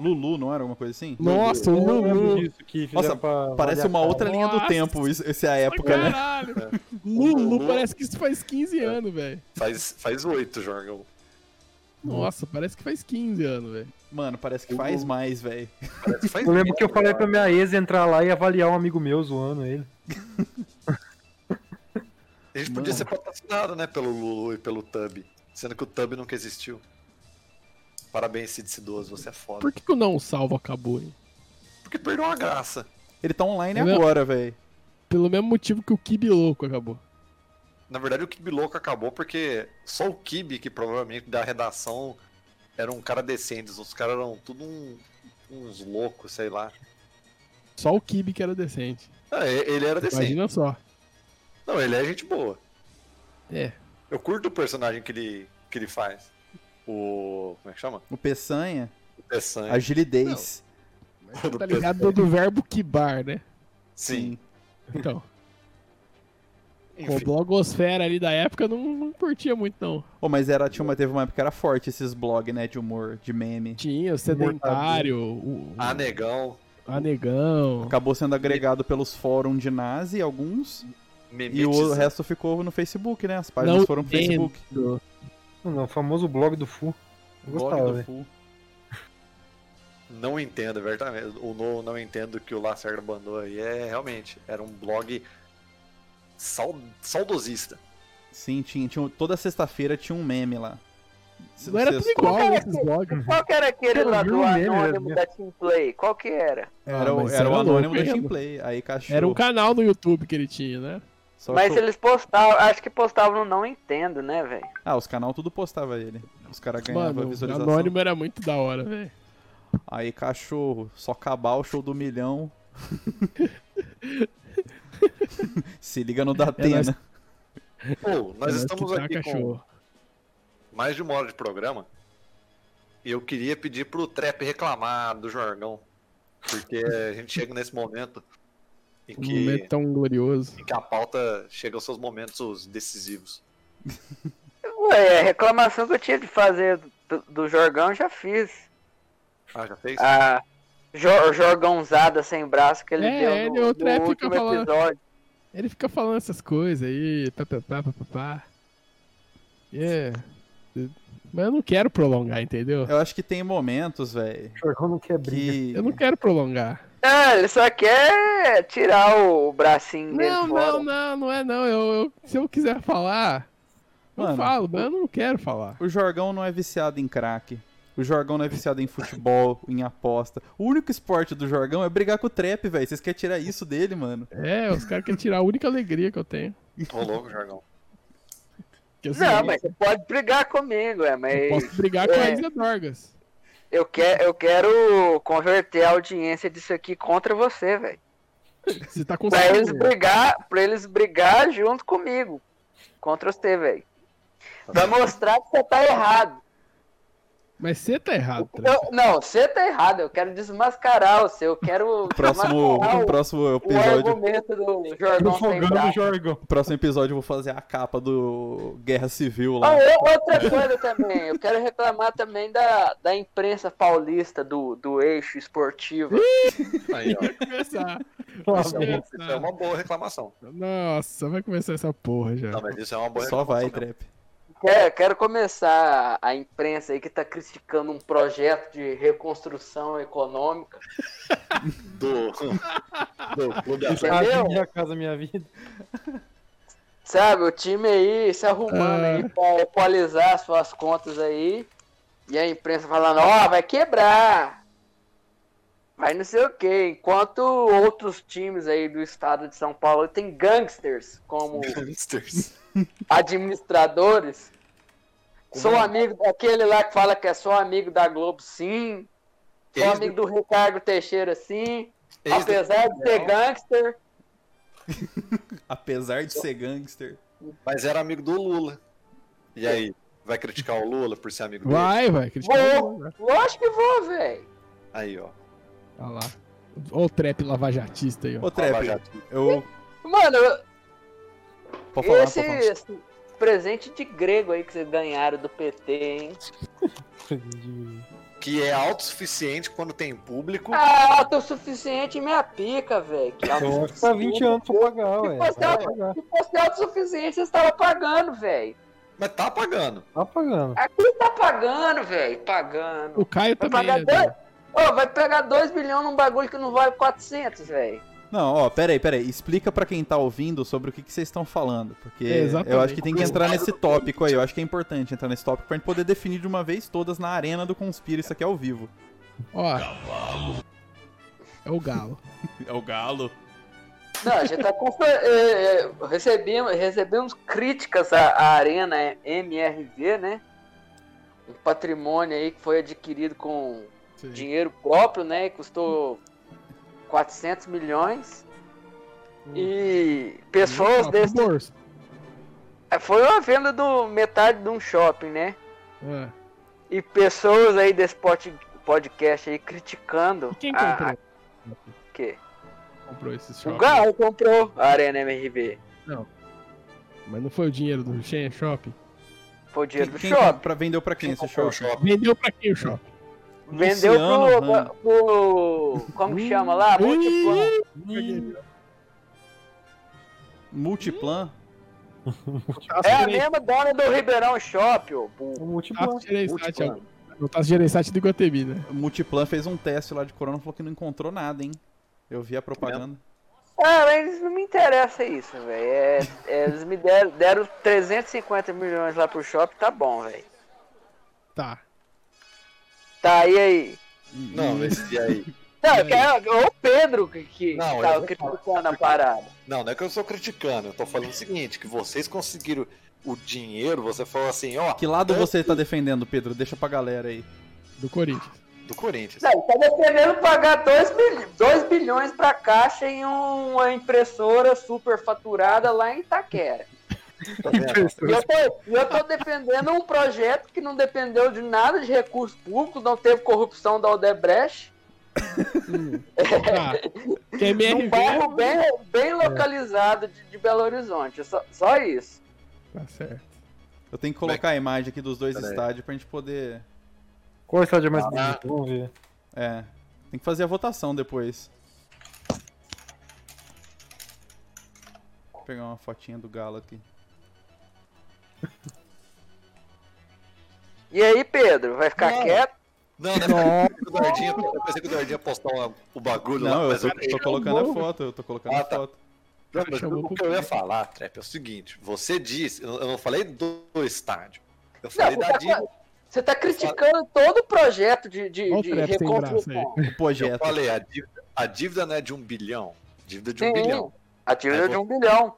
o. Lulu, não era alguma coisa assim? Nossa, o Eu lembro Lulu. disso que Nossa, fizeram pra Parece avaliar uma a outra linha do Nossa. tempo, isso- essa é a época, né? Caralho! Lulu. Lulu, parece que isso faz 15 anos, velho. Faz faz oito, Jorgão. Nossa, parece que faz 15 anos, velho. Mano, parece que faz mais, velho. Parece que faz Eu lembro que eu oito, falei pra minha ex entrar lá e avaliar um amigo meu zoando ele. A gente podia Não. ser patrocinado, né, pelo Lulu e pelo Tub. Sendo que o Tub nunca existiu. Parabéns, Cid Cidoso, você é foda. Por que, que o não salvo acabou, hein? Porque perdeu a graça. Ele tá online É mesmo? agora, velho. Pelo mesmo motivo que o Kibi Louco acabou. Na verdade, o Kibi Louco acabou porque só o Kibi, que provavelmente da redação era um cara decente, os outros caras eram tudo um- uns loucos, sei lá. Só o Kibi que era decente. Ah, e- ele era decente. Imagina só. Não, ele é gente boa. É. Eu curto o personagem que ele, que ele faz. O. Como é que chama? O Peçanha, O É. Peçanha. agilidez. Do Tá ligado Peçanha. do, do verbo kibar, né? Sim. Então, o Enfim. blogosfera ali da época não, não curtia muito, não. Oh, mas era, tinha uma, teve uma época que era forte esses blogs, né, de humor, de meme. Tinha o sedentário, o, o Ah, negão. anegão. Acabou sendo agregado pelos fóruns de Nazi, alguns, e o Memetizando. resto ficou no Facebook, né? As páginas foram pro Facebook. entendo. Não, é o famoso blog do Fu. Eu gostava, Blog do velho. Fu. Não entendo, é verdade. O novo não entendo que o Lacerda mandou aí é realmente. Era um blog sau- saudosista. Sim, tinha, tinha. Toda sexta-feira tinha um meme lá. Se- Não era tudo sextou. igual Cara, esses blogs. Qual que era aquele Eu lá vi do um meme, anônimo né? da Team Play? Qual que era? Era, Ah, o- mas era o louco, anônimo hein, do mano? Teamplay. Aí cachorro. Era um canal no YouTube que ele tinha, né? Só Mas que o- eles postavam, acho que postavam no Não Entendo, né, velho? Ah, os canal tudo postava ele. Os caras Mano, ganhavam o visualização. anônimo era muito da hora, velho. Aí cachorro, só acabar o show do milhão. Se liga no É, Datena. Pô, nós Era estamos que tá aqui com cachorro. mais de uma hora de programa. E eu queria pedir pro Trap reclamar do jargão. Porque a gente chega nesse momento em Um que, momento tão glorioso. em que a pauta chega aos seus momentos decisivos. Ué, a reclamação que eu tinha de fazer do, do Jorgão eu já fiz. Ah, já fez? A jo, Jorgãozada sem braço que ele É, deu ele, no, o Trap no fica último falando. episódio. Ele fica falando essas coisas aí, tá, papapá, papapá. É. tá. Mas eu não quero prolongar, É. entendeu? Eu acho que tem momentos, velho, O Jorgão não quer briga. que. É Eu não quero prolongar. Ah, ele só quer tirar o bracinho Não, dele fora. não, não, não é não. Eu, eu- se eu quiser falar, eu Mano, falo, mas eu não quero falar. O Jorgão não é viciado em crack. O Jorgão não é viciado em futebol, em aposta. O único esporte do Jorgão é brigar com o Trap, velho. Vocês querem tirar isso dele, mano? É, os caras querem tirar a única alegria que eu tenho. Ô, louco, jargão. Que assim, Não, mas você pode brigar comigo, é, Eu mas posso brigar com É. a Isa Dorgas. eu, que, eu quero converter a audiência disso aqui contra você, velho. Você tá Pra eles conseguindo. brigar, pra eles brigar junto comigo. Contra você, velho. Pra mostrar que você tá errado. Mas você tá errado, Trap. Eu- não, você tá errado. Eu quero desmascarar o seu. Eu quero Próximo, desmascarar o, próximo o episódio. argumento do No Jorgão sem fogão do braço. Jorgão. Próximo episódio eu vou fazer a capa do Guerra Civil Ah, lá. eu- outra coisa também, eu quero reclamar também da, da imprensa paulista do, do eixo esportivo. Aí, ó. Começar. Tá Isso é uma- isso é uma boa reclamação. Nossa, vai começar essa porra já. Não, mas isso é uma boa Só reclamação vai, mesmo. Trap. Quero, É, quero começar a imprensa aí que tá criticando um projeto de reconstrução econômica. do, do Clube Atlético. Ah, Entendeu? minha casa, minha vida. Sabe, o time aí se arrumando Ah. aí pra equalizar suas contas aí. E a imprensa falando, ó, vai quebrar. Vai não sei o quê. Enquanto outros times aí do estado de São Paulo tem gangsters como Gangsters. administradores. Como Sou é? amigo daquele lá que fala que é só amigo da Globo, sim. Sou Ex- amigo do Ricardo Teixeira, sim. Ex- Apesar de ser gangster. Apesar de ser gangster. Mas era amigo do Lula. E aí, vai criticar o Lula por ser amigo dele? Vai, vai, criticar Vou. o Lula. Lógico que vou, velho. Aí, ó. Olha lá. Olha o Trap lavajatista aí, ó. Ô, Trap, Lava Jato. eu. Mano, Pode falar, esse, pode falar. esse presente de grego aí que vocês ganharam do PT, hein? Que é autossuficiente quando tem público. Ah, autossuficiente em minha pica, velho. Que Nossa, tá 20 anos pra pagar, ué. Mas Vai tá- pagar. Se fosse autossuficiente, vocês estavam pagando, velho. Mas tá pagando. Tá pagando. Aqui tá pagando, velho. Pagando. O Caio Vai também, pagar né? tá dois? Dan? Ô, vai pegar 2 bilhões num bagulho que não vale 400, velho. Não, ó, peraí, peraí. Explica pra quem tá ouvindo sobre o que que vocês estão falando. Porque É, exatamente. eu acho que tem que entrar nesse tópico aí. Eu acho que é importante entrar nesse tópico pra gente poder definir de uma vez todas na arena do Conspira isso aqui ao vivo. Ó. É o galo. É o galo. Não, já tá com... é, é, recebemos, recebemos críticas à, à Arena MRV, né? Um patrimônio aí que foi adquirido com Sim. dinheiro próprio, né? Custou 400 milhões. E pessoas Ah, desse. é, Morso. Foi uma venda do metade de um shopping, né? Ah, E pessoas aí desse pod- podcast aí criticando. E quem a- comprou? a- quê? Comprou Ah. esse O shopping. Galo comprou a Arena MRV. Mas não foi o dinheiro do Shen Shopping? Foi o dinheiro do Quem, shopping. é pra, vendeu pra quem esse show? Vendeu pra quem Hum. o shopping? Vendeu Luciano pro, pro- Como que chama lá? Multiplan. Ih, Multiplan? É Tasso a Gereissati- mesma dona do Ribeirão Shop, ô. burro. O Tá múltiplo. Tasso Gereissati é Multiplan. o- o Tasso Gereissati do Guatemi, né? Multiplan fez um teste lá de corona e falou que não encontrou nada, hein? Eu vi a propaganda. Ah, mas não me interessa isso, velho. É- é, eles me deram, deram 350 milhões lá pro shopping, tá bom, velho. Tá. Tá, e aí? Hum. Não, esse dia aí. Não, que é o Pedro que, que é Não, eu tava vou criticando a parada. Não, não é que eu estou criticando, eu tô falando o seguinte, que vocês conseguiram o dinheiro, você falou assim, ó, Que lado você tá defendendo, Pedro? Deixa pra galera aí. Do Corinthians. do Corinthians. Não, tá defendendo pagar 2 bilhões pra caixa em uma impressora superfaturada lá em Itaquera. Tá vendo? E eu tô, e eu tô defendendo um projeto que não dependeu de nada de recurso público, não teve corrupção da Odebrecht. Tá. Que é Num MRV. bairro bem, É. bem localizado de, de Belo Horizonte. Só, só isso. Tá certo. Eu tenho que colocar a imagem aqui dos dois Pera aí. estádios pra gente poder. Qual é o estádio mais Ah. bonito? Vamos ver. É. Tem que fazer a votação depois. Vou pegar uma fotinha do Galo aqui. E aí, Pedro, vai ficar Não. quieto? Não, não, não. é porque o Dardinha, eu pensei que o Dardinha ia postar uma- o bagulho lá, Não, eu mas tô, eu- tô colocando a foto, eu tô colocando Ah, a tá. foto. Não, mas Chamou o pro que eu ia falar, Trap, é o seguinte, você disse, eu eu não falei do estádio, eu Não, falei você, da tá, dívida, você tá criticando todo o projeto de, de, Olha o de Trap sem braço aí. reconstrução. O eu projeto. falei, a dívida, a dívida não é de um bilhão, dívida de um Sim, bilhão. A dívida Aí de você- um bilhão.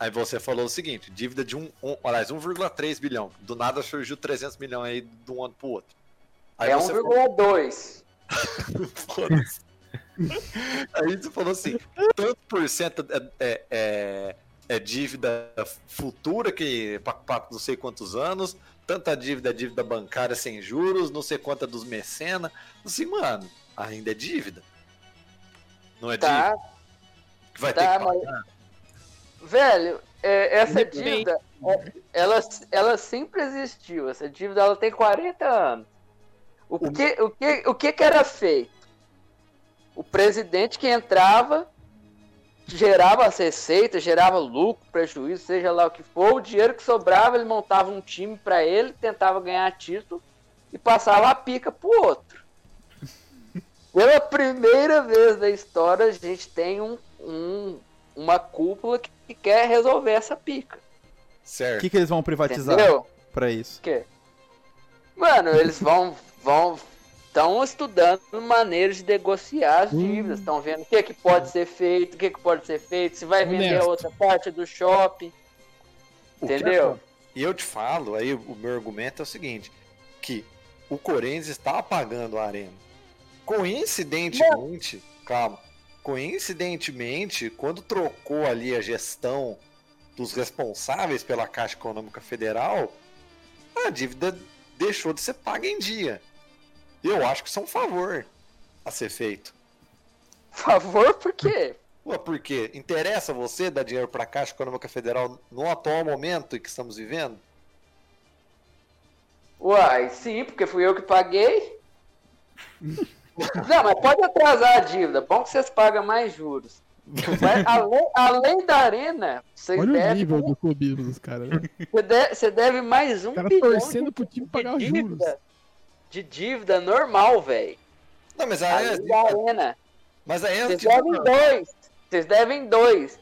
Aí você falou o seguinte, dívida de um, um aliás, 1,3 bilhão, do nada surgiu 300 milhões aí de um ano pro outro. Aí é você 1,2. Foda-se. Aí você falou assim: tanto por cento é, é- é- é dívida futura, que pra, pra não sei quantos anos, tanta dívida é dívida bancária sem juros, não sei quanta dos mecenas. Assim, mano, ainda é dívida. Não é dívida Tá, que vai tá, ter que mas- pagar. Velho, é, essa Depende. dívida, é, ela, ela sempre existiu. Essa dívida ela tem 40 anos. O O- que, o que, o que, que era feito? O presidente que entrava gerava as receitas, gerava lucro, prejuízo, seja lá o que for. O dinheiro que sobrava, ele montava um time pra ele, tentava ganhar título e passava a pica pro outro. Pela primeira vez da história, a gente tem um- um uma cúpula que que quer resolver essa pica. O Certo. que, que eles vão privatizar Entendeu? pra isso? Mano, eles vão. vão estão estudando maneiras de negociar as dívidas, estão vendo o que, que pode ser feito, o que, que pode ser feito, se vai vender a Honesto. outra parte do shopping. O que Entendeu? E eu te falo, aí o meu argumento é o seguinte: que o Corinthians está apagando a arena. Coincidentemente, calma. Coincidentemente, quando trocou ali a gestão dos responsáveis pela Caixa Econômica Federal, a dívida deixou de ser paga em dia. Eu acho que isso é um favor a ser feito. Por favor, por quê? Ué, por quê? Interessa você dar dinheiro para a Caixa Econômica Federal no atual momento em que estamos vivendo? Uai, sim, porque fui eu que paguei. Não, mas pode atrasar a dívida. Bom que vocês pagam mais juros. Mas além, além da arena, vocês Olha o devem, nível do clubismo dos caras. Né? você deve, você deve mais um O cara bilhão de torcendo pro time pagar os de juros. dívida, de dívida normal, velho. Não, mas a Além da arena. Mas aí é Vocês tipo, devem dois. Vocês devem dois.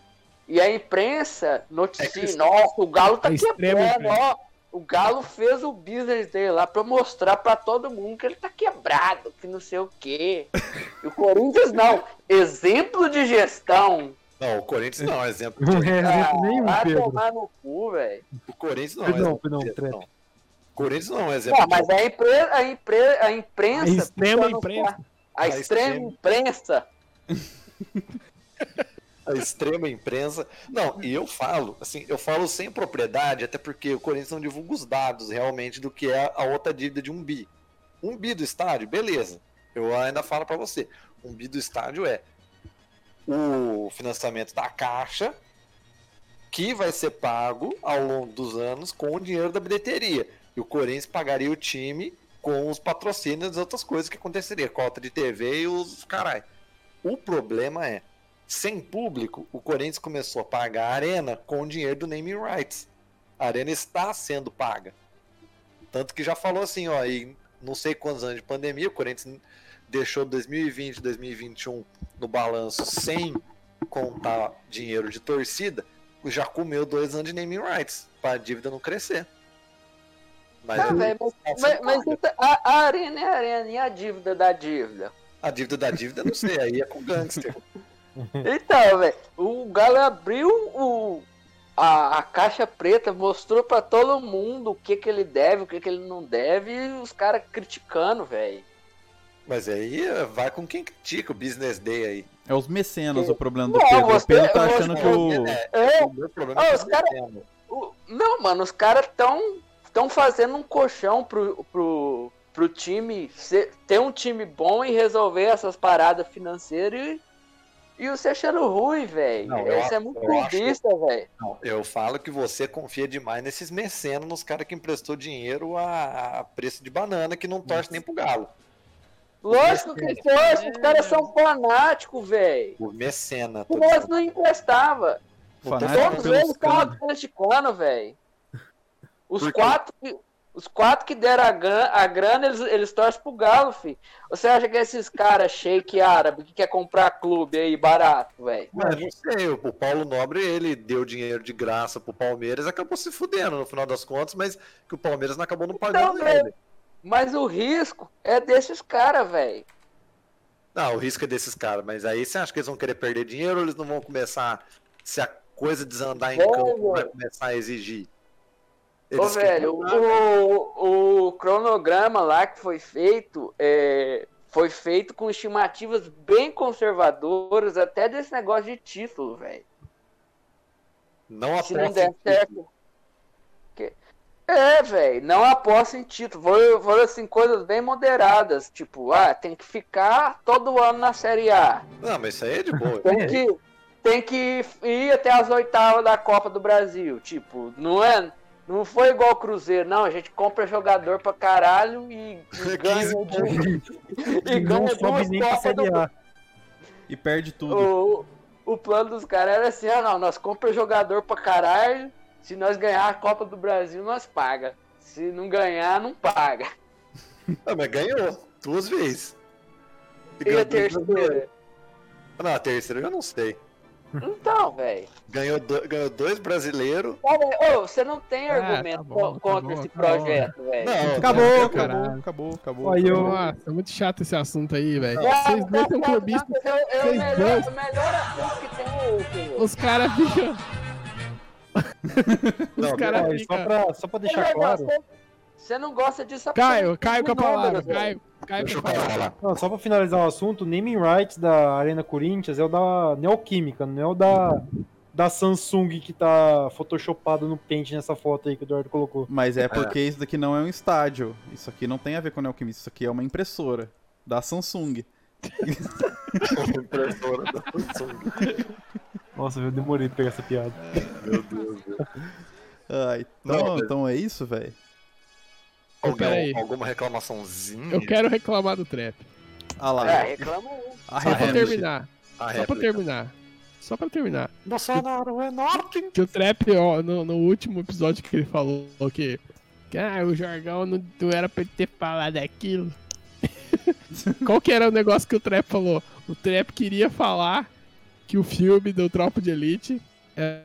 E a imprensa noticia, nossa, o Galo tá É extremo, quebrando, cara. ó. O Galo fez o business dele lá pra mostrar pra todo mundo que ele tá quebrado, que não sei o quê. E o Corinthians não. Exemplo de gestão. Não, o Corinthians não é um exemplo. Não é Ah, exemplo nenhum, vai Pedro. tomar no cu, velho. O Corinthians não é um Perdão, exemplo. perdão, de Trep. gestão. O Corinthians não é um exemplo. Não, mas a, impre a, impre a imprensa. A extrema puxando imprensa. A, A extrema extrema. imprensa. a extrema imprensa. Não, e eu falo, assim, eu falo sem propriedade, até porque o Corinthians não divulga os dados realmente do que é a outra dívida de um bi. Um bi do estádio, beleza. Eu ainda falo pra você. Um bi do estádio é o financiamento da Caixa, que vai ser pago ao longo dos anos com o dinheiro da bilheteria. E o Corinthians pagaria o time com os patrocínios e outras coisas que aconteceria, cota de TV e os carai. O problema é, sem público, o Corinthians começou a pagar a arena com o dinheiro do naming rights. A arena está sendo paga. Tanto que já falou assim, ó, em não sei quantos anos de pandemia, o Corinthians deixou 2020, 2021 no balanço sem contar dinheiro de torcida, já comeu dois anos de naming rights para a dívida não crescer. Mas Ah, é- velho, mas- tá sendo mas, mas paga. a, a arena é a arena e a dívida da dívida. a dívida da dívida, não sei, aí é com gangster. Então, velho, o Galo abriu o, a, a caixa preta, mostrou pra todo mundo o que, que ele deve, o que, que ele não deve, e os caras criticando, velho. Mas aí é, vai com quem critica o Business Day aí. É os mecenas o problema do Não, Pedro. O você- Pedro tá você- achando que o. É, O meu problema Ah, é os que cara- eu entendo. O- Não, mano, os caras tão, tão fazendo um colchão pro, pro, pro time ser- ter um time bom e resolver essas paradas financeiras e, e você achando ruim, velho. Não, eu Isso é acho- muito eu acho- clubista, velho. Não, eu falo que você confia demais nesses mecenas, nos caras que emprestou dinheiro a, a preço de banana, que não torce nem pro galo. Lógico que torce, é. os caras são fanáticos, velho. O mecena. tô Nós dizendo. não emprestava. Fanático Todos eles pelos estavam canos. atleticano, velho. Os Por quê? quatro, que- os quatro que deram a grana, a grana eles, eles torcem pro Galo, fi. Você acha que esses caras shake árabe que quer comprar clube aí barato, velho? Mas não sei, o Paulo Nobre, ele deu dinheiro de graça pro Palmeiras, acabou se fudendo no final das contas, mas que o Palmeiras não acabou não pagando velho. ele. né? Mas o risco é desses caras, velho. Não, o risco é desses caras, mas aí você acha que eles vão querer perder dinheiro ou eles não vão começar, se a coisa desandar em Ô, campo, vai velho. começar a exigir? Ô, Eles querem- velho, o, o cronograma lá que foi feito é, foi feito com estimativas bem conservadoras, até desse negócio de título, velho. não Se não aposta der certo. Que- É, velho, não aposta em título. Vou, vou assim, coisas bem moderadas. Tipo, ah, tem que ficar todo ano na Série A. Não, mas isso aí é de boa. Tem que, tem que ir até as oitavas da Copa do Brasil. Tipo, não é. Não foi igual o Cruzeiro, não. A gente compra jogadha pra caralho e, e É 15 ganha, de, e Não ganha sobe duas nem pra Copas do Série A. E perde tudo. o, o plano dos caras era assim, ah não, nós compra jogador pra caralho, se nós ganhar a Copa do Brasil, nós paga. Se não ganhar, não paga. Ah, mas ganhou duas vezes. E a duas vezes. terceira? Não, a terceira eu já não sei. Então, velho. Ganhou, do- ganhou dois brasileiros. Tá, velho. Ô, você não tem Ah, argumento tá bom, co- tá contra bom, esse tá projeto, velho. Não, Acabou, ganhou- acabou, caralho. acabou, acabou. Aí eu- Nossa, é muito chato esse assunto aí, velho. Ah, Vocês tá, dois são tá, clubistas. tá, eu- eu- vocês o melhor- dois. O melhor assunto que tem é esse, velho. Os caras ficam. Não, Os Ó, caras e Só ficam. pra, só pra Ô, deixar velho, claro, você- Você não gosta disso Caio, Caio com a absolutamente por palavra. números, velho. Caio, Caio Deixa com eu a palavra. falar. não, só pra finalizar o assunto, o naming rights da Arena Corinthians é o da Neoquímica, não é o da, da Samsung que tá photoshopado no Paint nessa foto aí que o Eduardo colocou. Mas é porque isso daqui não é um estádio. Isso aqui não tem a ver com o Neoquimista, isso aqui é uma impressora da Samsung. Uma impressora da Samsung. Nossa, eu demorei pra pegar essa piada. Meu Deus. Deus. Ah, Não, então, velho. então é isso, velho? Alguém, peraí. alguma reclamaçãozinha? Eu quero reclamar do trap. Ah lá, É, reclama um. a Só pra réplica. terminar. A Só pra réplica. terminar. Só pra terminar. Bolsonaro é norte. Que o trap, ó, no, no último episódio que ele falou que. que, ah, o jargão não, não era pra ele ter falado aquilo. Qual que era o negócio que o Trap falou? O Trap queria falar que o filme do Tropa de Elite é-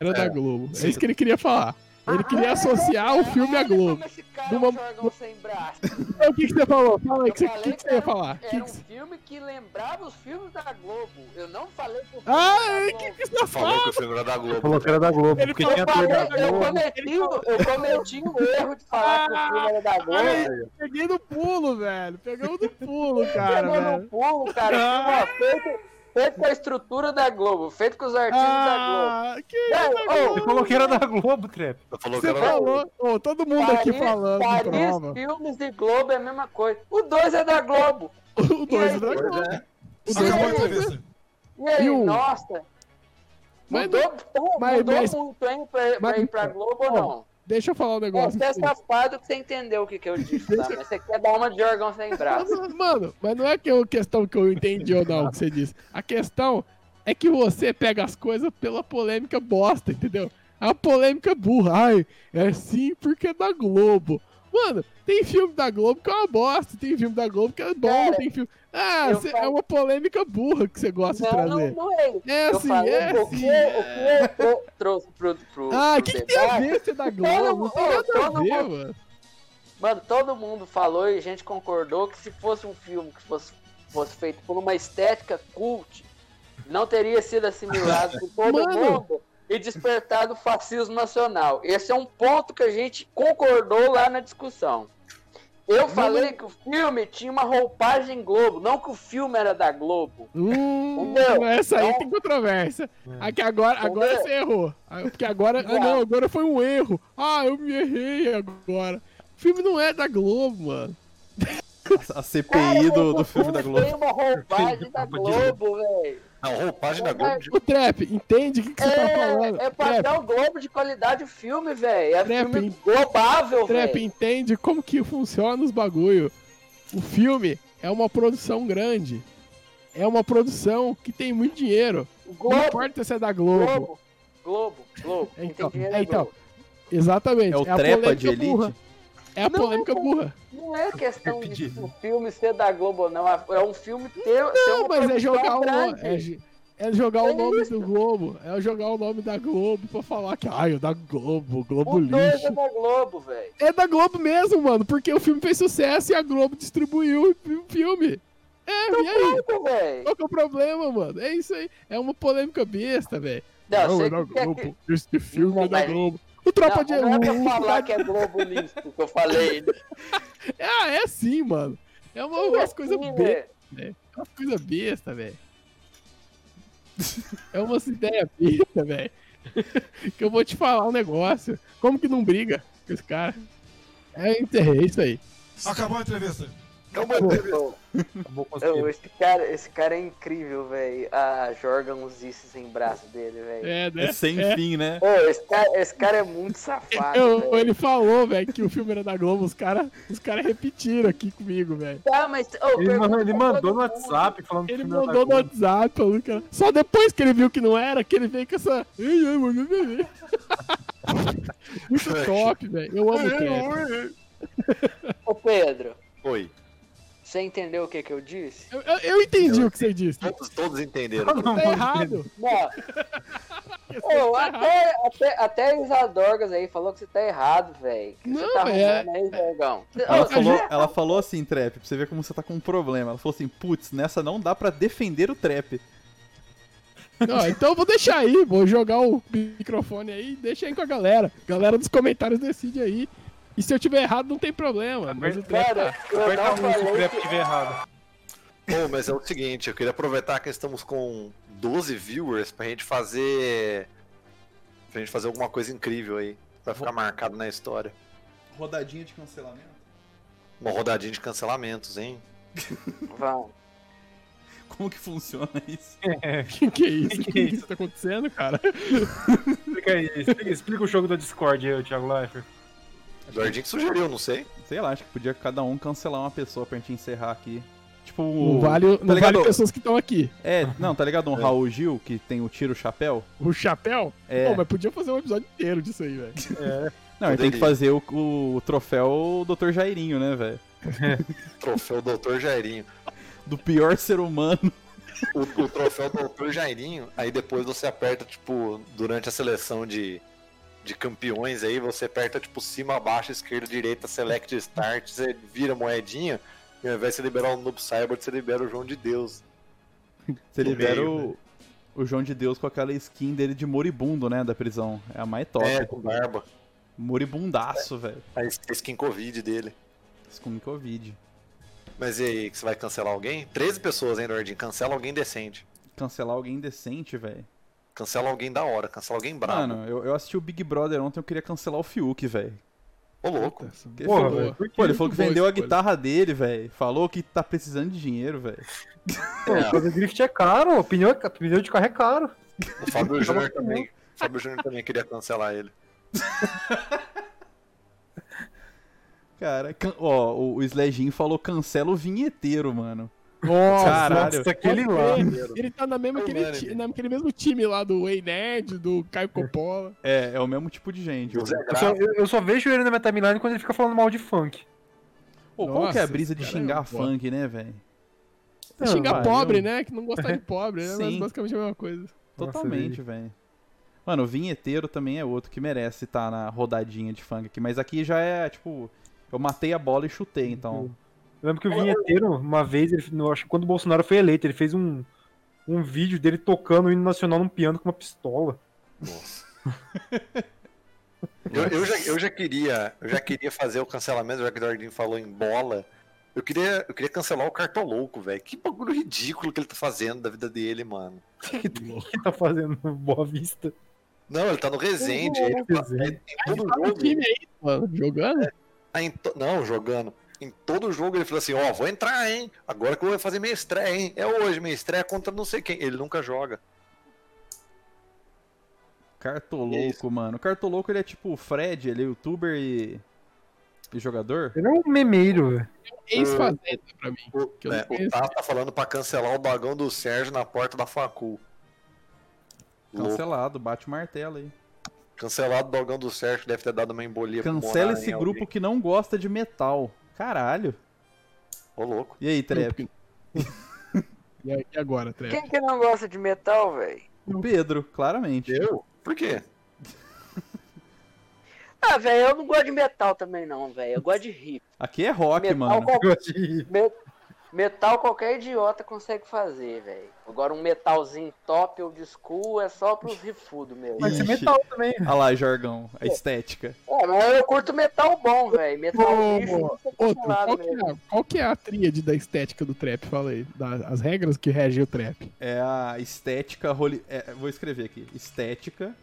era da É, Globo. sim. É isso que ele queria falar. Ele queria associar o filme à Globo. Esse cara Numa- é um órgão sem braço. Então, O que, que você falou? Fala aí, o Eu que, você- falei que que que você ia falar? O que Era um que você- filme que lembrava os filmes da Globo. Eu não falei pro filme Ah, da o que, Globo. que você tá Falou falando? que o filme era da Globo. Falou que era da Globo, Ele porque falou tinha ator da Eu- eu, Globo. cometi, o- eu cometi o erro de falar que Ah, o filme era da Globo. Ai, peguei no pulo, velho. Pegamos no pulo, cara, Pegou velho. Ah. no pulo, cara. Ó, feito, feito com a estrutura da Globo, feito com os artigos da Globo. Ah, que isso, Não, cara? Ele falou que era da Globo, Trap. Falou que Você era da Globo. falou, Ô, todo mundo aqui Paris- falando de Paris, prova. filmes e Globo é a mesma coisa. O 2 é da Globo. O dois né? aí, da Globo. O dois Acabou a da Globo. entrevista. E aí, E o- nossa. Mas- mudou pô, mas- mudou mas- muito, hein, pra, mas- pra ir pra Globo ou não? Deixa eu falar um negócio. Você é safado que você entendeu o que, que eu disse, tá? Mas você quer dar uma de órgão sem braço. Mas, Mano, mas não é que eu- questão que eu entendi ou não que você disse. A questão é que você pega as coisas pela polêmica bosta, entendeu? A polêmica burra. Ai, é sim porque é da Globo. Mano, tem filme da Globo que é uma bosta, tem filme da Globo que é bom, Cara, tem filme. Ah, eu cê- é falo- uma polêmica burra que você gosta de Não, não, trazer. não é isso. É eu assim, falei é o, assim. que, o que eu trouxe pro, pro, Ah, o pro que, que tem a ver ser da Globo? Não tem nada a todo ver, mundo- mano. Mano, todo mundo falou e a gente concordou que se fosse um filme que fosse, fosse feito por uma estética cult, não teria sido assimilado por todo Mano. mundo e despertado o fascismo nacional. Esse é um ponto que a gente concordou lá na discussão. Eu falei que o filme tinha uma roupagem Globo, não que o filme era da Globo. Hum, Entendeu? essa aí Então- tem É. controvérsia. Aqui agora, agora Entendeu? você errou. Ah, Porque agora. Ah, não, agora foi um erro. Ah, eu me errei agora. O filme não é da Globo, mano. A CPI do, do o filme da Globo. Tem uma roupagem da Globo, velho. Não, roupagem da Globo. de- O Trap, entende o que, que você tá falando? É, é pra Trap, dar o Globo de qualidade o filme, velho. É Trap, filme hein? globável, velho. Trap, entende como que funciona os bagulho. O filme é uma produção grande. É uma produção que tem muito dinheiro. Não Globo, importa se é da Globo. Globo, Globo, Globo. É, então, Entendi, é, então. Globo. Exatamente. É o a trepa de polêmica elite? burra. É a Não, polêmica não, burra. Não é questão de Pedido. o filme ser da Globo ou não. É um filme ter, ser Não, uma mas é produção jogar o nome. grande. É, j- é jogar É o nome isso. do Globo. É jogar o nome da Globo pra falar que, ai, o da Globo, Globo O dois é um lixo. da Globo, velho. É da Globo mesmo, mano, porque o filme fez sucesso e a Globo distribuiu o filme. É, e aí? Pronto, velho. Qual que é o problema, mano? É isso aí. É uma polêmica besta, velho. Não, Não, sei é da que é que- Globo. Este filme Não, é da mas- Globo. O Tropa Não, de não é pra o- falar que é Globo lixo que eu falei. Ah, é sim, mano. É uma, umas coisas Assim, bestas. velho. É uma coisa besta, velho. É uma ideia besta, velho. que eu vou te falar um negócio. Como que não briga com esse cara? É, é isso aí. Acabou a entrevista. Acabou a entrevista. Acabou com as Não, piadas. esse, cara, esse cara é incrível, velho. Ah, jorgam os isses em braço dele, velho. É, né? É sem É. fim, né? Ô, esse, cara, esse cara é muito safado, Eu- né? velho. ele falou, velho, que o filme era da Globo. Os caras os cara repetiram aqui comigo, velho. Tá, mas... ô, Ele, pergunta mandou- ele pra mandou todo no mundo. WhatsApp falando que Ele o filme era da mandou no Globo. WhatsApp. falando que era- Só depois que ele viu que não era, que ele veio com essa. Ei, ei, mano, ei, ei. Muito top, velho. Eu É, amo o Trap. Ô, Pedro, Oi. você entendeu o que que eu disse? Eu, eu- eu entendi o que você disse. Tá Todos, todos entenderam. errado. Não. Ô, tá até, até, até a Isa Dorgas aí falou que você tá errado, velho. Que Não, você tá é- arrumando aí, Jorgão. Ela Ô, falou, você- ela falou assim, Trap, pra você ver como você tá com um problema. Ela falou assim, putz, nessa não dá pra defender o Trap. Não, então eu vou deixar aí, vou jogar o microfone aí, deixa aí com a galera. Galera dos comentários decide aí. E se eu tiver errado, não tem Tá problema. Mas o trap Cara, eu Aperta não um se o falei Trap que... tiver errado. Bom, mas é o seguinte, eu queria aproveitar que estamos com 12 viewers pra gente fazer. Pra gente fazer alguma coisa incrível aí. Vai ficar marcado na história. Rodadinha de cancelamento? Uma rodadinha de cancelamentos, hein? Vamos. Como que funciona isso? que, que é isso? Que Que, que é isso tá acontecendo, cara? Explica aí, explica, explica o jogo da Discord aí, ô Thiago Leifert. O Eduardinho que sugeriu, não sei. Sei lá, acho que podia cada um cancelar uma pessoa pra gente encerrar aqui. Tipo, Não Um vale, tá não ligado? vale pessoas que estão aqui. É, não, tá ligado? Um Raul Gil que tem o tiro chapéu? O chapéu? É. Pô, mas podia fazer um episódio inteiro disso aí, velho. Não, ele tem que poderia. fazer o, o troféu Dr. Jairinho, né, velho? Troféu Doutor Jairinho. Do pior ser humano o, o troféu do autor Jairinho, aí depois você aperta, tipo, durante a seleção de, de campeões aí, você aperta, tipo, cima, baixo, esquerda, direita, select, start, você vira moedinha, e ao invés de você liberar o Noob Cyborg, você libera o João de Deus. Você No libera meio, né? o, o João de Deus com aquela skin dele de moribundo, né? Da prisão. É a mais top. É, com barba. Moribundaço, velho. A skin Covid dele. Isso com Covid. Mas e aí, que você vai cancelar alguém? 13 pessoas, hein, Nordin? Cancela alguém decente. Cancelar alguém decente, velho. Cancela alguém da hora, cancela alguém brabo. Mano, eu, eu assisti o Big Brother ontem, eu queria cancelar o Fiuk, velho. Ô louco. Essa Que boa. foda. Boa. Pô, ele falou Muito que boa vendeu a escolha. guitarra dele, velho. Falou que tá precisando de dinheiro, velho. Pô, fazer drift é caro, pneu, é- pneu de carro é caro. O Fábio Júnior também. o Fábio Júnior também queria cancelar ele. Cara, can- ó, o, o Sledinho falou cancela o vinheteiro, mano. Nossa, Caralho. Nossa, aquele lá. Ele, ele tá na mesma É o aquele, Mano, ti- né? naquele mesmo time lá do Way Nerd, do Caio Coppola. É, é o mesmo tipo de gente. José velho. Eu Graça. só, eu- eu só vejo ele na minha timeline quando ele fica falando mal de funk. Pô, qual que é a Nossa, brisa de esse cara é xingar um foda. funk, né, velho? É xingar pariu. pobre, né? Que não gosta de pobre, né? Mas Sim. basicamente é a mesma coisa. Nossa, Totalmente, velho. Mano, o vinheteiro também é outro que merece estar na rodadinha de funk aqui. Mas aqui já é, tipo, eu matei a bola e Uhum. chutei, então. Eu lembro que o vinheteiro, uma vez, ele, eu acho que quando o Bolsonaro foi eleito, ele fez um, um vídeo dele tocando o hino nacional num piano com uma pistola. Eu, eu já, eu já queria, eu já queria fazer o cancelamento, já que o Nordin falou em bola. Eu queria, eu queria cancelar o Cartolouco, velho. Que bagulho ridículo que ele tá fazendo da vida dele, mano. O que ele tá fazendo no Boa Vista? Não, ele tá no Resende. Uhum. Ele tá, Desenho. em todo Tá no jogo, time aí, mano, jogando. tá em to- Não, jogando. Em todo jogo ele falou assim, ó, vou entrar, hein? Agora que eu vou fazer minha estreia, hein? É hoje, minha estreia contra não sei quem. Ele nunca joga. Cartoloco, mano. O Cartoloco, ele é tipo o Fred, ele é youtuber e. e jogador? Ele é um memeiro, velho. Ex-fazenda pra mim. O, eu é, né, não o conheço. Tato tá falando pra cancelar o bagão do Sérgio na porta da facul. Louco. Cancelado, bate o martelo aí. Cancelado o bagão do Sérgio, deve ter dado uma embolia Cancela pulmonar esse em grupo alguém. que não gosta de metal. Caralho. Ô, louco. E aí, Trep? E aí, e agora, Trep? Quem que não gosta de metal, velho? O Pedro, claramente. Eu? Por quê? Ah, velho, eu não gosto de metal também, não, velho. Eu gosto de hip. Aqui é rock, Metal, mano. qual- Eu acho que- me- metal qualquer idiota consegue fazer, velho. Agora um metalzinho top ou de school é só pros rifudos mesmo. Mas isso é Ixi. metal também. Olha lá, jargão. A estética. É, mas eu curto metal bom, velho. Metal Ô, lixo, não sei Outro, pro lado qual que, é, a- qual que é a tríade da estética do trap? Fala aí. da- as regras que regem o trap. É a estética. Role... é, vou escrever aqui. Estética.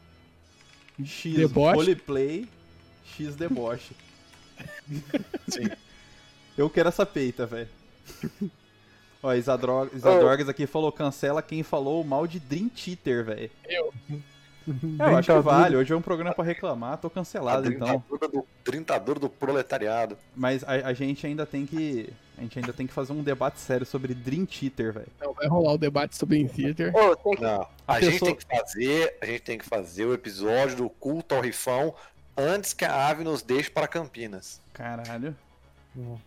X Deboche. roleplay. X deboche. Eu quero essa peita, velho. Ó, Isadro- Isadrogas aqui falou: cancela quem falou mal de Dream Theater, velho. É, eu acho que vale. Hoje é um programa pra reclamar, tô cancelado então. Trintadura do, trintadura do proletariado. Mas a, a gente ainda tem que. A gente ainda tem que fazer um debate sério sobre Dream Theater, velho. Então, vai rolar o debate sobre o Theater. Ô, tem É que- Não. A, A gente pessoa- tem que fazer, a gente tem que fazer o episódio do culto ao rifão antes que a ave nos deixe para Campinas. Caralho. Mano,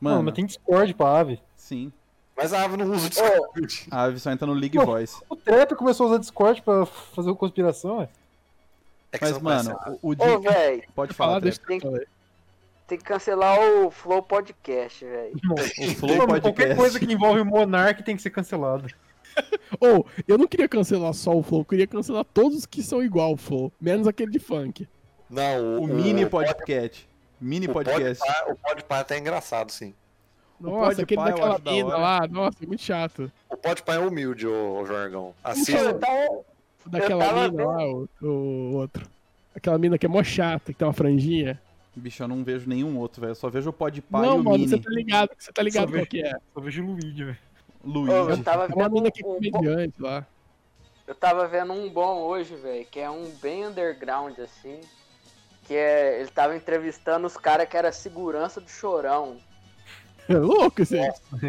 Mano, mas tem Discord pra ave. sim. Mas a ave não usa o Ô, Discord. A Ave só entra no League Pô, Voice. O Trap começou a usar Discord pra fazer uma conspiração, é? É que Mas, são mano, parecidos. o, o ô, Dream. velho, Pode Falar falar, Trep. deixa eu falar aí. tem que cancelar o Flow Podcast, velho. O Flow Mano, Podcast. Qualquer coisa que envolve o Monark tem que ser cancelado. Ou, eu não queria cancelar só o Flow, eu queria cancelar todos que são igual ao Flow, menos aquele de funk. Não, O Mini Podcast. Mini o Podcast. tá. Podpah- O Podpah é até engraçado, sim. Nossa, Podpah aquele eu daquela acho da mina hora. lá, nossa, é muito chato. O Podpah é humilde, ô, ô Jorgão. Eu Assista. tava- O Daquela Eu tava mina lá, o, o outro. Aquela mina que é mó chata, que tem uma franjinha. Bicho, eu não vejo nenhum outro, velho. Eu só vejo o Podpah e não, o mano, Mini. você tá ligado, você tá ligado Só qual que é. Só vejo o Luigi, velho. ô, Luigi. eu tava É uma mina que é vendo um, um, comediante lá. Eu tava vendo um bom hoje, velho, que é um bem underground, assim. Que é. Ele tava entrevistando os caras que era segurança do chorão. É louco isso aí.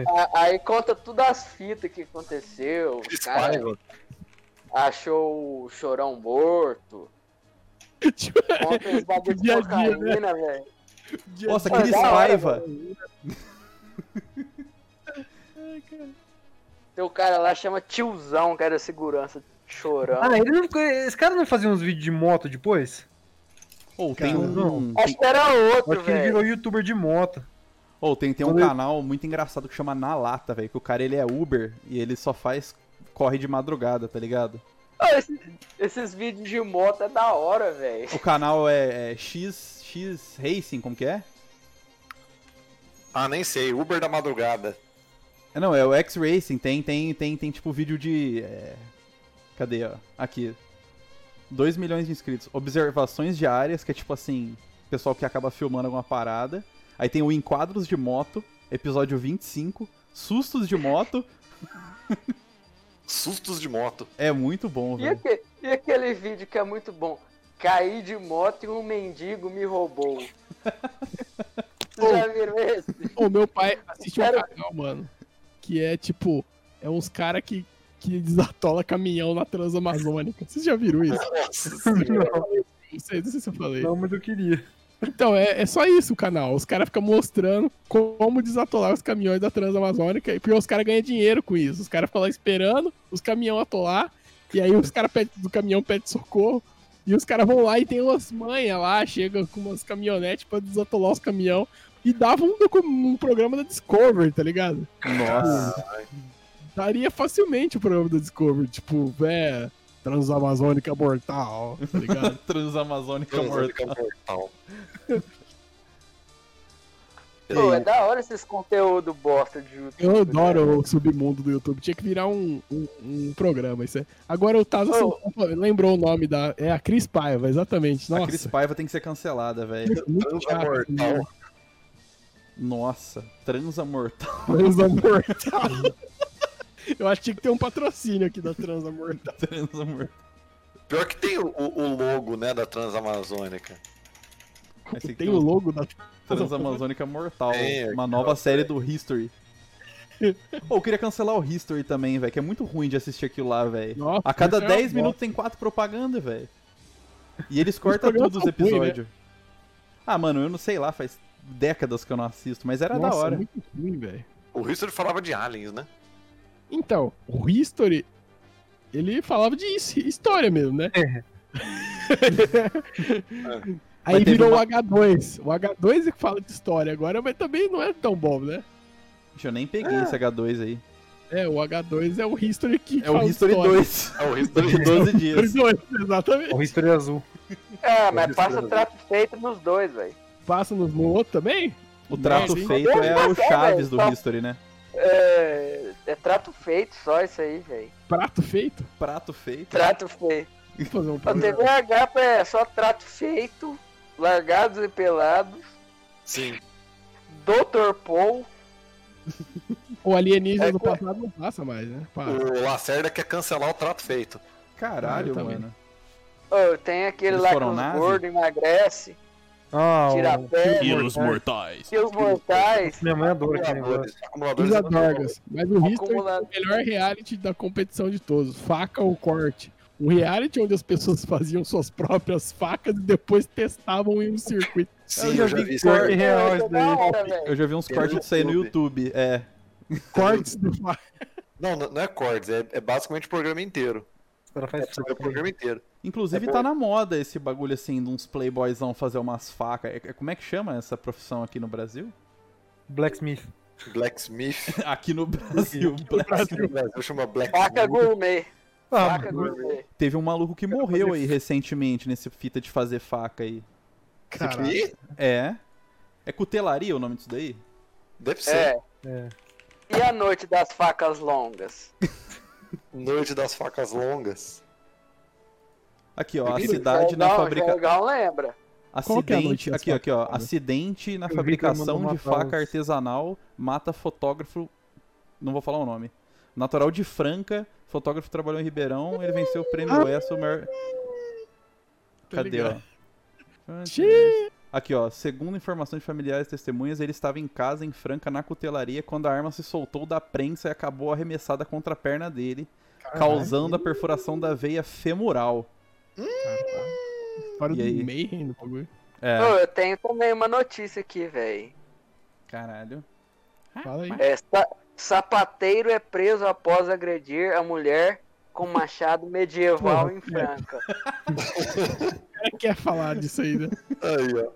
A- aí conta tudo as fitas que aconteceu. O cara Spiral. achou o chorão morto. Tipo, Conta os bagulho de Dia a dia, né? cocaína, velho. dia- Nossa, Pô, Cris da hora, Paiva. Ai, cara. Tem o cara lá chama tiozão, cara, segurança, chorando. Ah, ele não, esse cara não fazia uns vídeos de moto depois? Ou tem Cara, um. não. Tem, Acho que era outro, Acho que ele velho. virou youtuber de moto. ou tem, tem um Quando eu- canal muito engraçado que chama Na Lata, velho. Que o cara ele é Uber e ele só faz. corre de madrugada, tá ligado? Ah, esse- esses vídeos de moto é da hora, velho. O canal é, é X, X Racing, como que é? Ah, nem sei. Uber da madrugada. É, Não, é o X Racing, tem, tem, tem, tem tipo vídeo de. é, Cadê, ó? Aqui. 2 milhões de inscritos. Observações diárias, que é tipo assim, pessoal que acaba filmando alguma parada. Aí tem o Enquadros de Moto, episódio 25. Sustos de moto. Sustos de moto. É muito bom, E velho. aque- e aquele vídeo que é muito bom? Caí de moto e um mendigo me roubou. Vocês já viram esse? O meu pai assiste um Sério? canal, mano, que é tipo, é uns cara que, que desatola caminhão na Transamazônica. Vocês já viram isso? Nossa Não, Não sei, não sei se eu falei. não, mas eu queria. Então, é, é só isso o canal. Os caras ficam mostrando como desatolar os caminhões da Transamazônica, e porque os caras ganham dinheiro com isso. Os caras ficam lá esperando os caminhões atolar, e aí os caras pedem- do caminhão pedem socorro, e os caras vão lá e tem umas manhas lá, chegam com umas caminhonetes pra desatolar os caminhão, e dava um, docu- um programa da Discovery, tá ligado? Nossa. daria facilmente o programa da Discovery. Tipo, véia, Transamazônica mortal, tá ligado? Transamazônica é. morta. Transamazônica mortal. Pô, é da hora esses conteúdos bosta de YouTube. Eu é, né? adoro o submundo do YouTube. Tinha que virar um, um, um programa. Isso é. Agora o Taza Ô. Santana lembrou o nome da. É a Cris Paiva, exatamente. A Nossa. é Cris Paiva tem que ser cancelada, velho. Muito chato, Transamortal. né? Nossa, transamortal. Transamortal. Eu acho que tinha que ter um patrocínio aqui da Transamortal. Transamortal. Pior que tem o, o logo, né, da Transamazônica. Mas tem que Tem ter o um- logo da Transamazônica Mortal. É, uma nova série do History. Pô, eu queria cancelar o History também, velho, que é muito ruim de assistir aquilo lá, velho. Nossa, A cada isso é uma 10 minutos tem quatro propagandas, velho. E eles cortam programas todos os são ruins, né? episódios. Ah, mano, eu não sei lá, faz décadas que eu não assisto, mas era bosta. Nossa, é da hora. muito ruim, velho. O History falava de aliens, né? Então, o History, ele falava de his- história mesmo, né? É. Mas Aí teve virou uma- o H2. O H2 é que fala de história agora, mas também não é tão bom, né? Deixa eu nem peguei esse H2 aí. É, o H2 é o History que É o History 2. É o History. Daqui 12 History dias. 2, exatamente. O History Azul. É, mas passa trapo feito nos dois, velho. Passa no, no outro também? O trato Sim. feito é o Nossa, Chaves velho, do tá- History, né? É, é trato feito só isso aí, velho. Prato feito? Prato feito. Trato feito. Vamos fazer um A programa. TVH é só trato feito, largados e pelados, Sim. Dr. Paul. O alienígena É, do co- passado não passa mais, né? Para. O Lacerda quer cancelar o trato feito. Caralho, Eu também. mano. Oh, tem aquele Eles lá que foram os nazi? gordos emagrecem, Ah, tira o- pé, Quilos mortais. que os mortais. Minha mãe adora aquele negócio. Acumuladores. Acumuladores. é Os Adorgas. Mas o History é Acumulado. o melhor reality da competição de todos. Faca ou corte. Um reality onde as pessoas faziam suas próprias facas e depois testavam em um circuito. Sim, Eu eu, já já vi vi isso. Pior que aí. real Isso é isso da daí. hora, velho. Eu já vi uns É cortes no disso aí no YouTube. É. Cortes de faca. Não, não não é cortes, é, é basicamente o programa inteiro. Ela faz É o programa inteiro. Inclusive É bom. tá na moda esse bagulho assim de uns playboyzão fazer umas facas. É- é- Como é que chama essa profissão aqui no Brasil? Blacksmith. Blacksmith. Aqui no Brasil. No Brasil chama Faca Blacksmith. gourmet. Ah, Faca gourmet. Teve um maluco que morreu fazer aí recentemente nesse fita de fazer faca aí. Caralho. Ih, É. É cutelaria o nome disso daí? Deve ser. É. É. E a noite das facas longas? Noite das facas longas. Aqui, ó, Ninguém- acidade na Jogão, fabricação. Jogão lembra. Qual que é a Acidente, notícia aqui, dessa aqui, ó. facada? Acidente na Eu vi que ele fabricação mandou de matar faca os- artesanal mata fotógrafo. Não vou falar o nome. Natural de Franca, fotógrafo trabalhou em Ribeirão, ele venceu o prêmio Wessel. o maior- Tô Cadê, ó? tá ligado. Xiii. Aqui, ó. Segundo informações de familiares e testemunhas, ele estava em casa em Franca, na cutelaria, quando a arma se soltou da prensa e acabou arremessada contra a perna dele, causando a perfuração da veia femoral. Fora E aí? do Mayhem do bagulho. É, Ô, eu tenho também uma notícia aqui, velho. caralho. Ah, Fala aí. É, sa- Sapateiro é preso após agredir a mulher com machado medieval em Franca. quer falar disso aí, né? Aí, ó.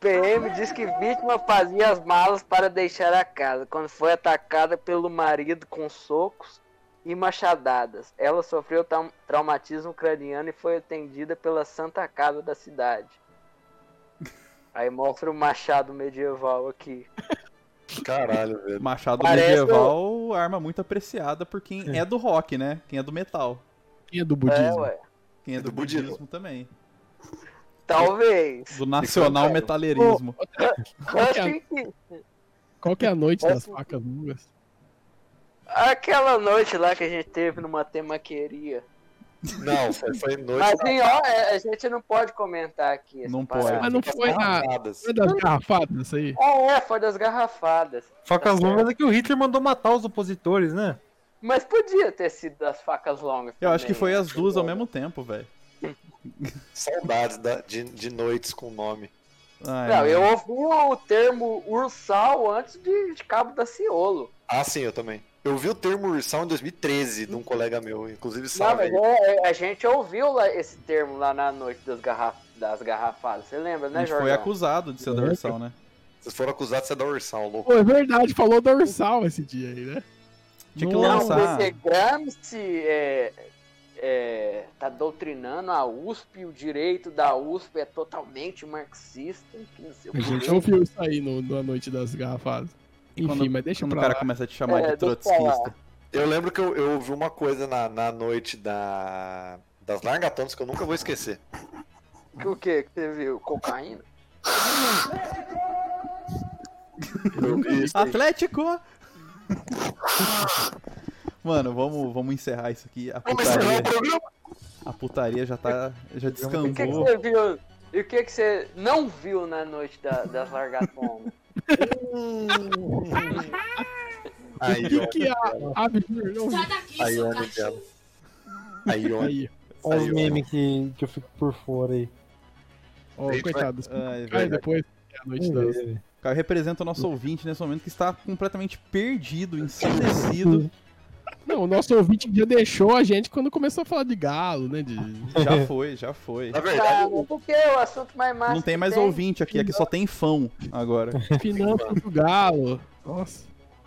PM diz que vítima fazia as malas para deixar a casa, quando foi atacada pelo marido com socos e machadadas. Ela sofreu tra- traumatismo craniano e foi atendida pela Santa Casa da cidade. Aí mostra o machado medieval aqui. Caralho, velho. Machado É, Parece medieval, arma muito apreciada por quem é do rock, né? Quem é do metal. Quem é do É, budismo? ué. Quem é do, Do budismo. budismo. também. Talvez. Do nacional metaleirismo. Eu achei que Qual que é a noite das facas nuas? aquela noite lá que a gente teve numa temaqueria. Não, foi, foi noite Mas assim, ó, é, a gente não pode comentar aqui. essa Não parada. pode. Mas não foi a. Nadas. Foi das garrafadas isso aí? Ah, é, foi das garrafadas. Facas longas é que o Hitler mandou matar os opositores, né? Mas podia ter sido das facas longas. Eu acho que também, foi né? as duas ao mesmo tempo, velho. Saudades da- de, de noites com nome. Ai, Não, mano. eu ouvi o termo ursal antes de, de Cabo da Ciolo. Ah, sim, eu também. Eu vi o termo ursal em 2013 de um colega meu, inclusive Não, salve. mas aí. é, é, a gente ouviu lá esse termo lá na noite das, garra- das garrafadas. Você lembra, A né, gente foi Jorge? acusado de ser da versão, né? Vocês foram acusados de ser da ursal, louco. Pô, é verdade, falou dorsal esse dia aí, né? Tinha que Nossa. lançar. Porque Gramsci é, é, tá doutrinando a USP, o direito da USP é totalmente marxista. que não sei o A gente quê. ouviu isso aí no, na noite das garrafadas. Enfim, mas deixa quando pra o cara lá. começa a te chamar É, de deixa trotskista. Eu lembro que eu, eu ouvi uma coisa na, na noite da, das largatonas que eu nunca vou esquecer. Que O que que você viu? Cocaína? Eu vi isso aí. Atlético! Mano, vamos, vamos encerrar isso aqui. A Vamos encerrar putaria, o programa? a putaria já tá. Já E o que, que descambou. você viu? E o que, que você não viu na noite da- das largatonas? A O que, é que Ione, a Abjur não viu? a Ione dela. A Ione. Aí, Olha os Aí, ó. memes que, que eu fico por fora aí. ó, Gente, coitados. Ai, Cai velho. depois é a noite das. Cara, representa o nosso ouvinte nesse momento que está completamente perdido, ensandecido. Não, o nosso ouvinte já deixou a gente quando começou a falar de galo, né? De... Já foi, já foi. Na verdade, Cara, porque é o assunto mais massa. Não tem que mais ouvinte aqui, aqui só tem fã agora. Finanças do galo. Nossa.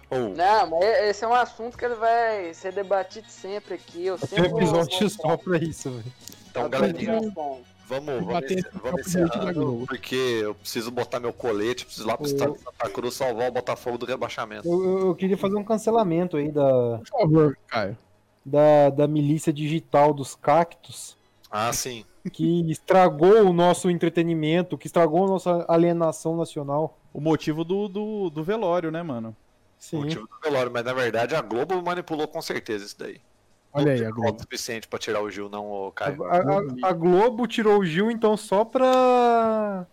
ou Não, mas esse é um assunto que ele vai ser debatido sempre aqui. Eu Tem sempre um episódio só pra isso, velho. Tá então, galerinha, vamos, vamos, Bater encer- vamos esse papo da encerrando, Globo. porque eu preciso botar meu colete, eu preciso ir lá pro estado de Santa Cruz salvar o Botafogo do rebaixamento. Eu, eu- eu queria fazer um cancelamento aí da, Por favor, Caio. da, da milícia digital dos cactos, Ah, sim. que estragou o nosso entretenimento, que estragou a nossa alienação nacional. O motivo do, do, do velório, né, mano? Sim. Motivo do velório, mas na verdade a Globo manipulou com certeza isso daí. Olha aí, Não é agora. suficiente pra tirar o Gil, não, ô, A, Caio. a- a Globo tirou o Gil, então, só pra.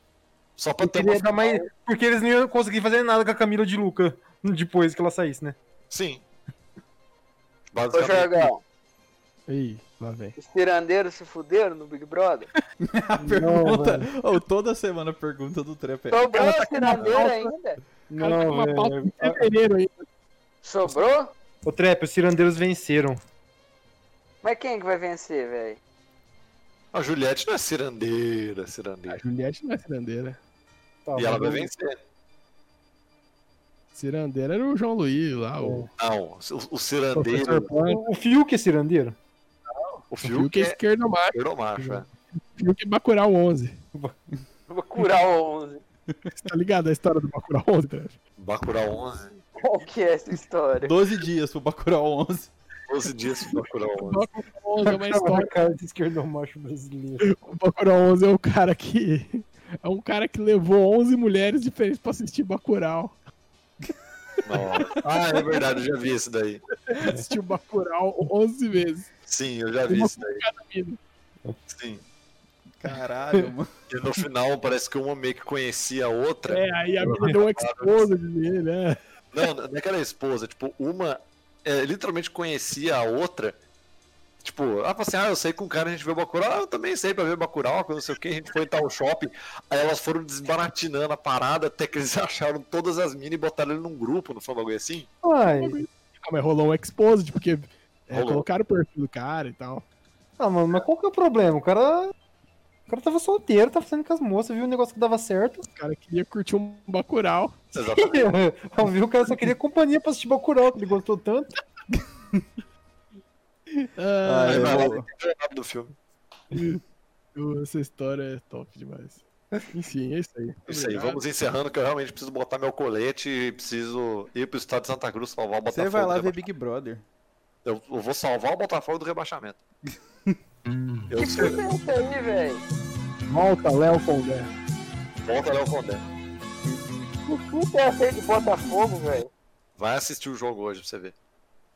Só pra Porque, ter Então, ele uma... ia dar mais- Porque eles não iam conseguir fazer nada com a Camila de Luca depois que ela saísse, né? Sim. Tá Ô, Basicamente. Jorgão, Ih, lá vem. os pirandeiros se fuderam no Big Brother? A pergunta. Ou toda semana a pergunta do Trep é. Sobrou os pirandeiros ainda? O cara tá com uma pauta velho. em fevereiro aí. Sobrou? Ô, Trep, os cirandeiros venceram. Mas quem é que vai vencer, velho? A Juliette não é cirandeira, A cirandeira. Juliette não é cirandeira. Tá, E ela vai mas- vencer. Cirandeira era o João Luiz lá, É. o Não, o, o professor cirandeiro, Plano. O, o Fiuk é cirandeiro? o O Fiuk Fiuk é é esquerdo macho. esquerdo macho, é. O Fiuk é Bacurau 11. Eu Vou curar o 11. Você tá ligado a história do Bacurau 11, cara? Bacurau 11. Qual que é essa história? 12 dias pro Bacurau 11. 12 dias pro Bacurau 11. Bacurau 11 é uma Cara, história. cara de esquerdo macho brasileiro. O Bacurau 11 é o cara que... É um cara que levou 11 mulheres diferentes pra assistir Bacurau. Não. Ah, é verdade, eu já vi isso daí. Assistiu Bacurau 11 vezes. Sim, eu já vi Uma isso daí. mina. Sim. Caralho, mano. E no final parece que uma meio que conhecia a outra. É, aí a mina deu um exposed nele, né? é Não, não é que era esposa, tipo, uma é, literalmente conhecia a outra Tipo, ela fala assim, ah, eu sei que um cara a gente viu Bacurau, ah, eu também sei pra ver Bacurau, que não sei o que, a gente foi em tal shopping, aí elas foram desbaratinando a parada até que eles acharam todas as minas e botaram ele num grupo, não foi um bagulho assim? Ai, Ah, mas rolou um exposed, porque é, Rolou. colocaram o perfil do cara e tal. ah, mano, mas qual que é o problema? O cara. O cara tava solteiro, tava saindo com as moças, viu um negócio que dava certo. O cara queria curtir um Bacurau. Exatamente. Ao viu, o cara só queria companhia pra assistir Bacurau, que ele gostou tanto. Ah, Ah, Aí vai lá, eu- tem que ver o nome do filme. eu- Essa história é top demais. Enfim, é isso aí. É Isso aí, vamos encerrando que eu realmente preciso botar meu colete e preciso ir pro estado de Santa Cruz salvar o Botafogo. Você vai lá do ver Big Brother. reba- Eu eu vou salvar o Botafogo do rebaixamento. eu Que sou filme é esse aí, velho? Volta, Léo Condé. volta Léo Condé. O que é essa aí de Botafogo, velho? Vai assistir o jogo hoje pra você ver.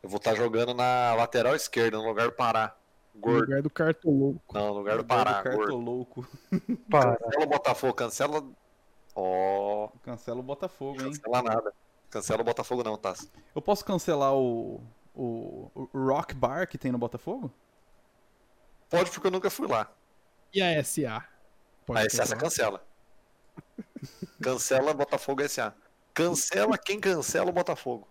Eu vou estar jogando na lateral esquerda, no lugar do Pará. No Gordo. lugar do cartolou. Não, no lugar do Pará, gordo. louco. Para. Cancela o Botafogo, cancela. Ó, Cancela o Botafogo, hein? cancela nada. Cancela o Botafogo não, Tassi. Eu posso cancelar o, o, o Rock Bar que tem no Botafogo? Pode porque eu nunca fui lá. E a SA? Pode Mas essa cancelar. cancela. Cancela Botafogo SA. Cancela quem cancela o Botafogo.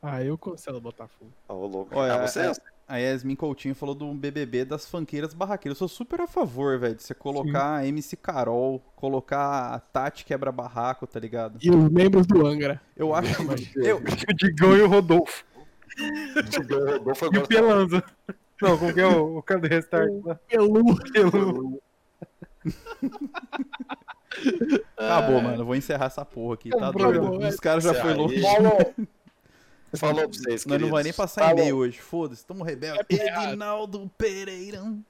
Ah, eu cancelo o Botafogo. Ô, louco. Olha, ah, você, é- A Yasmin Coutinho falou do BBB das funkeiras barraqueiras. Eu sou super a favor, velho, de você colocar a MC Carol, colocar a Tati quebra-barraco, tá ligado? E os membros do Angra. Eu acho que. Eu, O Digão e o Rodolfo. o Rodolfo E o agora. Pelanza. Não, como que é o, o cara do Restart? lá? Pelu. Pelu. acabou, mano. Eu vou encerrar essa porra aqui, tá Acabou, doido? é. Os caras já foi longe. Encerra aí. Falou. Falou pra vocês, Nós não vai nem queridos. passar Falou. e-mail hoje, foda-se, tamo rebelde. É piada. Edinaldo Pereirão.